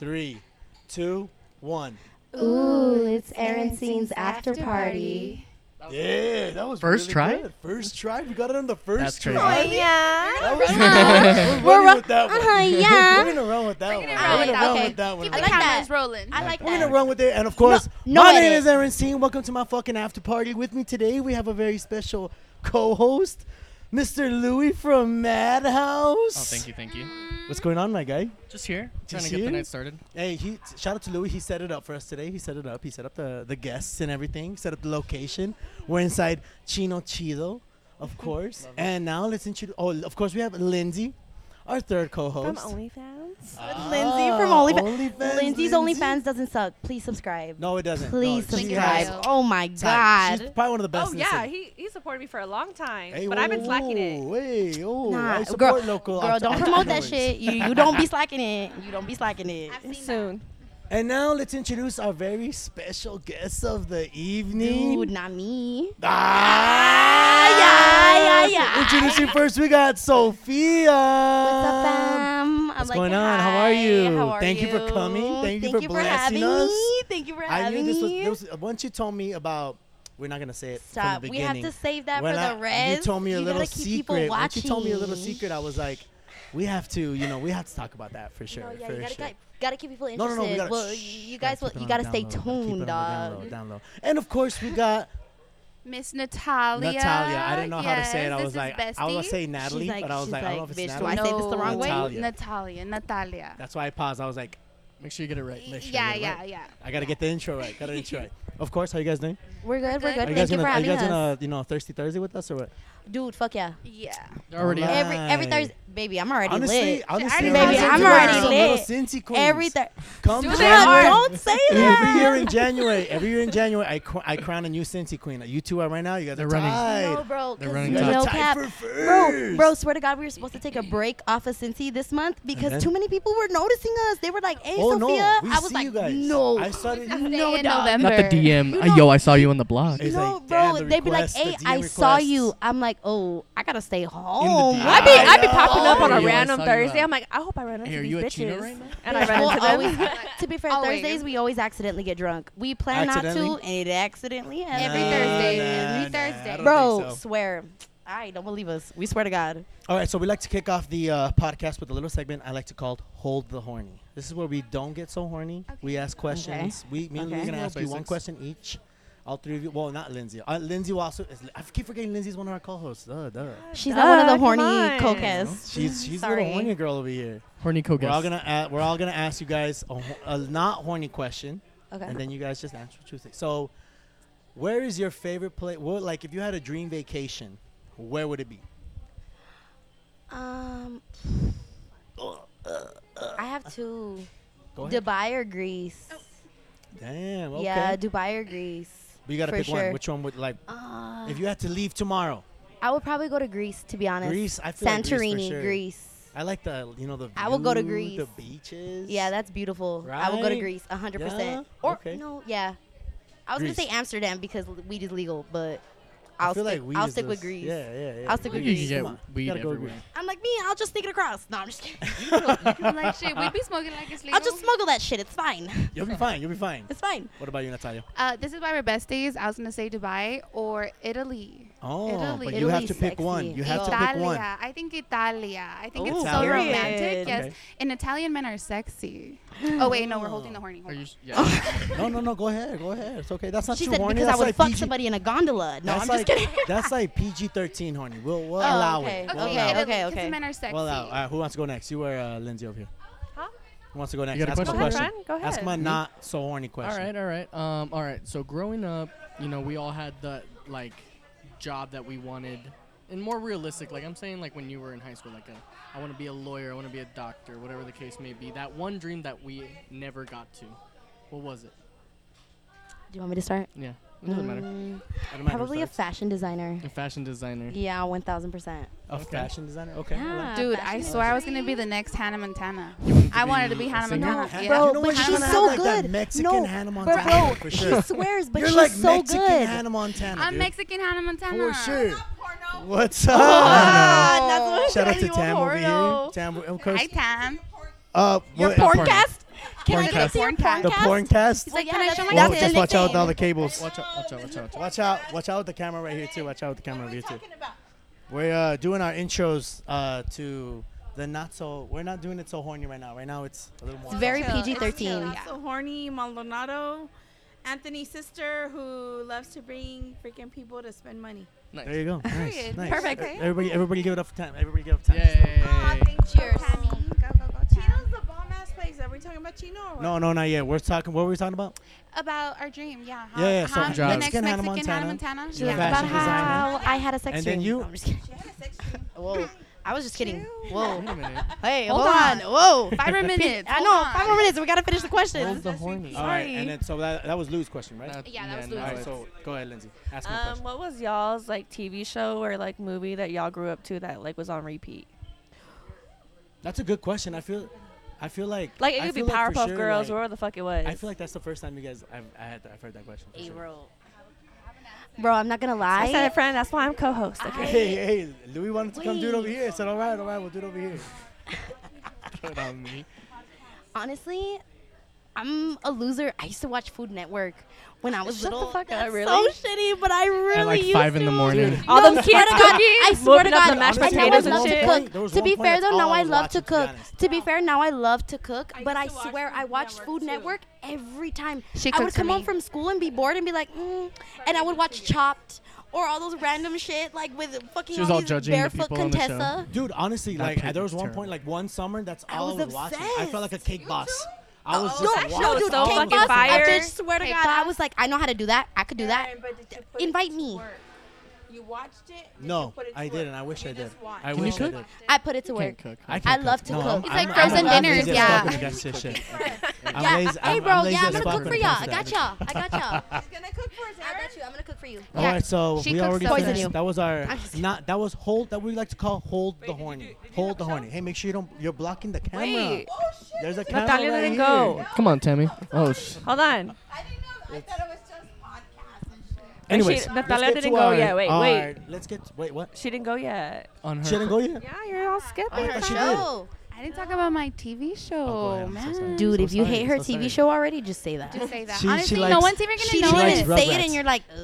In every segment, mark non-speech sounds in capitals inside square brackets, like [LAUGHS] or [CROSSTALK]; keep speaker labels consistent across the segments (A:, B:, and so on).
A: three, two, one.
B: Ooh, it's Aaron Scene's after party.
A: Yeah, that was
C: First
A: really
C: try?
A: good. First try. We got it on the first
C: That's crazy.
A: try.
D: yeah.
A: That was good. We're running with that one.
D: Uh-huh,
A: [LAUGHS]
D: yeah.
A: We're gonna run with that one.
E: around
A: We're
E: with
A: gonna
E: that.
A: run
E: Okay.
A: with that one.
E: Keep
A: I
E: the
A: like that.
E: cameras rolling.
D: I like
A: We're
D: that.
A: gonna run with it, and of course,
D: no
A: my name
D: edit.
A: is Aaron Steen. Welcome to my fucking after party. With me today, we have a very special co-host, Mr. Louis from Madhouse.
C: Oh, thank you, thank you.
A: What's going on, my guy?
C: Just here, trying
A: Just
C: to get
A: here?
C: the night started.
A: Hey, he shout out to Louis. He set it up for us today. He set it up. He set up the, the guests and everything. Set up the location. We're inside Chino Chido,
D: [LAUGHS]
A: of course. and now let's introduce. Oh, of course we have Lindsay, our third
D: From
A: co-host.
D: OnlyFans.
A: Ah,
D: Lindsay from OnlyFans.
A: OnlyFans,
D: Lindsay's
A: Lindsay.
D: OnlyFans doesn't suck. Please subscribe.
A: No, it doesn't. No,
D: Please
A: she's
E: Link in
D: subscribe.
E: bio.
D: Oh my
A: tight.
D: god.
A: She's probably one of the best.
F: Oh
A: in the
F: yeah,
A: city.
F: he he supported me for a long time,
A: Hey,
F: but I've been
A: whoa,
F: slacking it.
A: Hey, oh,
D: Nah,
A: I
D: girl,
A: support local.
D: girl,
A: entre-
D: don't promote that
A: entrepreneurs.
D: shit. You you don't be slacking it. You don't be slacking it.
E: I've seen that.
G: Soon.
A: And now let's introduce our very special guest of the evening.
D: Dude, not me.
A: Ah,
D: yeah, yeah,
A: [LAUGHS]
D: yeah.
A: Introducing first, we got Sophia.
D: What's up, fam? I'm
A: what's
D: like,
A: going on? How are
D: hi,
A: you?
D: how are
A: Thank you for coming. Thank you for blessing
D: having
A: us.
D: Me. Thank you for
A: I
D: having
A: knew this was,
D: me.
A: this was- uh, Once you told me about, we're not gonna say it
D: Stop.
A: from the
D: We have
A: beginning.
D: to save that
A: When
D: for
A: I-
D: the rest.
A: You told me a
D: You
A: little
D: gotta keep people
A: secret. Once you told me a little
D: watching.
A: secret, I was like, we have to, you know, we have to talk about that for sure.
D: No, yeah,
A: for
D: you gotta,
A: sure.
D: keep- gotta keep people
A: No, no,
D: interested.
A: no. We gotta,
D: well,
A: shh,
D: you guys, will,
A: keep it
D: you
A: on
D: gotta
A: the
D: stay
A: down low,
D: tuned,
A: keep it on the
D: dog.
A: Down low, down low. And of course, we got
E: Miss Natalia.
A: Natalia. I didn't know how to say it.
E: Yes,
A: I
E: this
A: was
E: is
A: like, I was
E: bestie.
A: say Natalie,
D: like-
A: but I was
D: she's
A: like, I don't know
D: like,
A: if it's
D: "Bitch, do
A: Natalie.
D: I say this the wrong way?"
A: Natalia.
E: Natalia. Natalia.
A: That's why I paused. I was like,
C: Make sure you get it right. Make sure you
E: yeah,
C: get it
E: yeah,
C: right.
E: yeah.
A: I gotta get the intro right. Gotta intro right. Of course. How you guys doing?
D: We're good. We're
E: Good.
D: good.
A: Are you
D: Thank
A: guys
D: you
A: gonna
D: for
A: Are you
D: having
A: guys
D: us,
A: gonna you know thirsty Thursday with us or what?
D: dude. Fuck yeah. [LAUGHS]
E: Yeah.
C: They're already
A: Alright.
C: out.
D: Every every
A: Nice.
D: Thursday, baby, I'm already
A: honestly,
D: lit.
A: honestly,
E: Baby,
A: listen
E: I'm
A: to us,
E: already
A: some little
D: lit.
A: Cincy queens.
D: Every Thursday,
A: Come
E: Do
A: to
E: they
A: us.
E: are?
D: don't say
A: [LAUGHS] Every
D: that.
A: year in January, every year in January, I cr- I crown a new Cincy queen. You two are right now. You guys
C: They're
A: are
C: running.
A: tied.
D: No, bro.
C: They're
D: 'cause
C: running
A: You guys are
D: No
A: tied
D: cap.
A: for
D: Bro,
A: first.
D: bro, swear to God, we were supposed to take a break off of Cincy this month because
A: then-
D: too many people were noticing us. They were like, "Hey,
A: Oh no, we
D: Sophia," I was
A: see
D: like,
A: you guys.
D: "No,
A: I started.
E: No, in
D: dog.
E: November.
C: Not the DM.
D: You
C: Uh,
D: know-
C: Yo, I saw you on the blog.
A: It's
D: no,
A: like, damn,
D: bro.
A: the
D: They'd be like,
A: requests, the
D: "Hey,
A: DM
D: I saw
A: requests."
D: you." I'm like, "Oh, I gotta stay home."
C: DM.
F: I be
C: Ah,
F: I be
C: yeah.
F: popping up on
C: Oh,
F: a
C: yeah, I
F: random
C: saw you
F: Thursday.
C: out.
F: I'm like, I hope I run into
C: Hey, are
F: these
C: you at
F: bitches,
C: Chino right now?
F: and I run
D: We'll
F: into
D: always,
F: them.
A: [LAUGHS]
D: to be fair,
E: Always.
D: Thursdays we always accidentally get drunk. We plan not to,
A: Accidentally?
D: and it accidentally happens.
E: Every
A: Nah,
E: Thursday,
A: nah,
E: every
A: nah,
E: Thursday.
A: I don't
D: Bro,
A: think so.
D: swear. I don't believe us. We swear to God.
A: All right, so we like to kick off the uh, podcast with a little segment I like to call "Hold the Horny." This is where we don't get so horny. We ask questions. We, me and Lou are
D: Okay.
A: gonna
C: Little
A: ask you one
C: basics.
A: question each. All three of you. Well, not Lindsay. Uh, Lindsay will also. Is, I keep forgetting Lindsay's one of our co-hosts. Duh, duh.
D: She's not one of the
F: Duh, come
D: horny
F: on.
D: cokeheads.
A: She's she's a
D: Ah, Sorry.
A: little horny girl over here.
C: Horny co
A: We're all gonna a we're all gonna ask you guys a, ho- a not horny question,
D: Okay.
A: and then you guys just answer truthfully. So, where is your favorite place? What like if you had a dream vacation, where would it be?
D: Um, I have two.
A: Go ahead.
D: Dubai or Greece?
A: Damn. Okay.
D: Yeah, Dubai or Greece.
A: But you gotta
D: for
A: pick one.
D: sure.
A: Which one would like?
D: Uh,
A: If you had to leave tomorrow,
D: I would probably go to Greece to be honest.
A: Greece, I feel like Greece for
D: Santorini,
A: sure.
D: Greece.
A: I like the you know the.
D: I will go to
A: view, The
D: Greece.
A: beaches.
D: Yeah, that's beautiful. I will go to
A: Right?
D: Greece, a hundred percent.
A: Yeah?
D: Or
A: Okay.
D: no, yeah. I was
A: Greece.
D: gonna say Amsterdam because l- weed is legal, but
A: I
D: I'll
A: feel
D: stick.
A: like we
D: I'll
A: is
D: stick with
A: this-
D: Greece.
A: Yeah, yeah, yeah.
D: I'll stick with
C: You
D: Greece.
C: can
A: Come on.
C: get weed
A: Gotta go
C: everywhere.
A: Greece.
D: I'm like me. I'll just sneak it across. No, I'm just kidding. [LAUGHS]
E: [LAUGHS] like shit, we be smoking like it's legal.
D: I'll just smuggle that shit. It's fine.
A: [LAUGHS]
D: [LAUGHS]
A: You'll be fine. You'll be fine.
D: It's fine.
A: What about you, Natalia?
E: uh, this is why we're besties. I was gonna say Dubai or Italy.
A: Oh,
E: Italy.
A: but you have to
D: Italy's
A: pick one.
D: sexy.
A: You have
E: Italia.
A: to pick one.
E: I think Italia. I think
A: Ooh,
E: it's so
A: Italia.
E: romantic.
D: Period.
E: Yes.
A: Okay.
E: And Italian men
D: [GASPS]
E: are sexy. Oh wait, no, we're holding the horny.
C: Are
E: Hold
C: you?
E: on.
C: s- [LAUGHS] Yeah.
A: No, no, no. Go ahead. Go ahead. It's okay. That's not
D: She
A: too
D: said
A: horny.
D: because I
A: that's
D: would
A: like
D: fuck
A: PG
D: somebody in a gondola. No,
A: that's
D: I'm
A: like,
D: just kidding. [LAUGHS]
A: That's like PG thirteen horny. We'll we'll
D: Oh,
A: allow
D: okay.
A: it. We'll
D: Okay,
A: allow
E: Italy,
A: it.
D: okay,
E: 'cause
D: okay.
E: men are sexy.
A: We'll allow. it. All right, who wants to go next? You or uh, Lindsay over here?
F: Huh?
A: Who wants to go next?
C: got a
A: Ask my
C: question?
F: Go
A: question.
F: ahead, Brian. Go
A: Ask
F: ahead.
A: my
F: Me?
A: not so horny
C: all
A: question.
C: right. All right. Um. All right. So growing up, you know, we all had the like job that we wanted, and more realistic. Like I'm saying, like when you were in high school, like a, I want to be a lawyer. I want to be a doctor. Whatever the case may be. That one dream that we never got to. What was it?
D: Do you want me to start?
C: Yeah. It doesn't matter.
D: Mm,
C: I don't mind who
D: probably a
C: starts.
D: fashion designer.
C: Hmm. A fashion designer.
D: Yeah, one thousand percent.
A: A fashion designer. Okay. I like
D: Yeah,
E: Dude,
D: Uh, fashion
E: I
D: is
E: swear I was gonna be the next Hannah Montana.
C: wanted to
E: I wanted to be
C: be a
E: Hannah
C: singer?
E: Montana.
A: that.
E: yeah.
D: Bro,
A: you know
D: but
A: what? She's
D: she's
A: gonna
D: so
A: have, like,
D: good.
A: That Mexican
D: No,
A: Hannah
D: bro,
A: Montana
D: bro,
A: look for sure.
D: She swears, but
A: You're
D: she's
A: like
D: so
A: Mexican
D: good.
A: Hannah Montana,
E: I'm
A: dude.
E: Mexican Hannah Montana.
A: for
E: Oh,
A: sure. What's
D: [LAUGHS]
A: up?
D: God, that's what
A: Shout out to
F: You're
A: Tam Uh, over here.
F: horrible.
A: Tam, of course.
E: Hi, Tam.
A: Uh,
D: Your
A: what-
D: porncast? Can I get
A: Porncast.
D: to your
E: Porncast.
D: porncast?
A: The porncast.
D: He's
E: Like,
D: like,
E: can
D: yeah,
E: I
D: that's
E: show my
D: what I
A: Oh,
D: did.
A: just watch out with all the cables.
C: Watch out! Watch out! Watch out! Watch out.
A: Watch out! Watch out with the camera right here too. Watch out with the camera over here too. We're uh, doing our intros uh, to the not so. We're not doing it so horny right now. Right now it's a little more.
D: It's very
G: Chill. It's chill.
D: PG-13.
G: Not So horny Maldonado, Anthony's sister who loves to bring freaking people to spend money.
C: Nice.
A: There you
D: [LAUGHS]
A: go. Nice.
E: Period.
A: nice.
D: Perfect.
A: E- Everybody, everybody, give it up for time. Everybody, give it up for time.
C: Yay!
G: Cheers. Go go go. Chino's the bomb ass place. Are we talking about Chino or what?
A: No, no, not yet. We're talking. What were we talking about?
E: About our dream, yeah.
A: Yeah, yeah, so
E: how,
C: Mexican
E: the next
A: Hannah
E: Mexican
A: Montana.
E: Hannah Montana.
A: She's a
E: Yeah.
A: fashion
D: About
A: designer.
D: how I had a sex
A: And then
D: dream.
A: you-
D: No, I'm just kidding.
G: She had a sex dream.
D: [LAUGHS] Whoa. I was just kidding.
G: Chill.
D: Whoa. [LAUGHS]
C: Wait a minute.
D: Hey,
E: Hold
D: hold,
E: on.
D: on. [LAUGHS] Whoa.
E: Five more minutes.
D: I
E: hold
D: know.
E: on.
D: Five more minutes. We gotta finish the
C: Where's
D: questions.
C: the horny?
A: All right, and then so that, that was Lou's question, right?
C: That-
E: Yeah, that was
A: All
C: now
E: Lou's.
A: right,
C: it's-
A: so go ahead, Lindsay. Ask me a
F: Um,
A: question.
F: what was y'all's like TV show or like movie that y'all grew up to that like was on repeat?
A: That's a good question. I feel, I feel like
F: Like it
A: I
F: could be
A: feel like for
F: Powerpuff
A: sure,
F: Girls,
A: like-
F: whatever the fuck it was.
A: I feel like that's the first time you guys I've I had I've heard that question. for sure.
D: Bro, I'm not gonna lie.
F: I said it, friend. That's why I'm co-host. Okay.
A: Hey, [LAUGHS] hey, Louis wanted to come do it over here. I said, all right, all right, we'll do it over here.
C: Put it on me.
D: honestly, I'm a loser. I used to watch Food Network when I was
F: Shut the
D: little.
F: fuck up,
D: That's
F: really?
D: So shitty, but I really
C: At like
D: used
C: five in
D: to.
C: the morning.
F: All
D: No,
F: them
D: swear
F: kids
D: to God,
F: cooking,
D: I swear to
F: whipping up
D: God,
F: the mashed
D: and now
F: potatoes
D: I
F: and
D: love
F: shit.
D: To,
A: There was
D: cook. to
A: one
D: be
A: point
D: fair
A: that's
D: though,
A: all
D: now
A: I
D: I
A: was
D: love
A: watching, to
D: to
A: be
D: cook.
A: honest.
D: To be fair, now I love to cook, but I
G: used to watch
D: swear I
G: Food
D: watched
G: Network,
D: Food
G: too.
D: Network every time.
E: She
D: I
E: cooks
D: would
E: for
D: come home
E: me.
D: from school and be bored and be like, mm, and I would watch Chopped. Or all those random shit, like with fucking
C: She was
D: all
C: all
D: these
C: judging the
D: barefoot
C: people on the show.
D: Contessa.
A: Dude, honestly,
C: That
A: like
C: pig
A: there was
C: was
A: one
C: terrible.
A: point, like one summer, that's
D: I
A: all I
D: was
A: was watching. I felt like a cake boss. I was
D: No,
A: just
D: no,
A: watching.
D: dude,
F: So
D: cake
F: fucking
D: boss,
F: fire.
D: I just swear to
E: Cake
D: God, I
E: boss.
D: was like, I know how to do that. I could do that.
G: Aaron, but did you put
D: Invite
G: it to
D: me.
G: work? You watched it? Did you
A: No,
G: put it to
A: I
G: work?
A: didn't. I wish
G: You
A: I did.
G: just watched.
A: I
C: Can
A: wish
C: you
A: I
C: cook?
A: did.
D: I put it to
C: Can't
D: work.
C: cook.
D: I
C: can't
D: love
C: cook.
D: to
A: No,
D: cook.
A: I'm,
E: It's
A: I'm,
E: like
A: I'm,
E: frozen
A: I'm
E: dinners,
A: lazy as
E: yeah.
A: fuck when
G: [LAUGHS]
A: it comes to shit. I'm
D: yeah.
A: lazy-
D: hey,
A: I'm-
D: bro.
A: I'm lazy
D: yeah, I'm
A: as
D: gonna
A: fuck
D: cook
A: when
D: for
A: it
D: y'all.
A: comes
D: I
A: to
D: got
A: that.
D: y'all. I got y'all.
G: She's gonna cook for us,
D: I
G: Aaron.
D: got you. I'm gonna cook for you.
A: All right, so
E: She
A: we
E: cooks
A: already
E: poison
A: finished.
D: you.
A: That was our
D: I'm just kidding.
A: not. That was hold. That we like to call hold the horny. Hold the horny. Hey, make sure you don't. You're blocking the camera.
F: Wait.
G: Oh shit!
A: There's a camera
F: Natalia
A: right
F: didn't
A: here.
F: go.
C: Come on, Tammy. Oh, sh-
F: Hold on.
G: I didn't know. I thought it was just podcasts and shit.
A: Anyways,
F: she-
A: let's
F: Natalia
A: get
F: didn't
A: to
F: go
A: our-
F: yet. Wait,
A: our-
F: wait.
A: Let's get. Wait, what?
F: She didn't go yet.
C: on her.
A: She didn't go yet.
F: Yeah, you're all skipping.
A: I thought she did.
D: Show.
E: I didn't talk about my TV show,
A: ahead, I'm so
E: man.
A: sorry.
D: Dude,
A: so
D: if you
A: sorry,
D: hate her
A: so
D: TV
A: sorry.
D: show already, just say that.
E: Just say that.
A: She- she
E: Honestly, no
A: likes-
E: one's even gonna
D: she
E: know
A: likes
E: it.
D: didn't say it,
A: Rugrats.
D: and you're like, Ugh.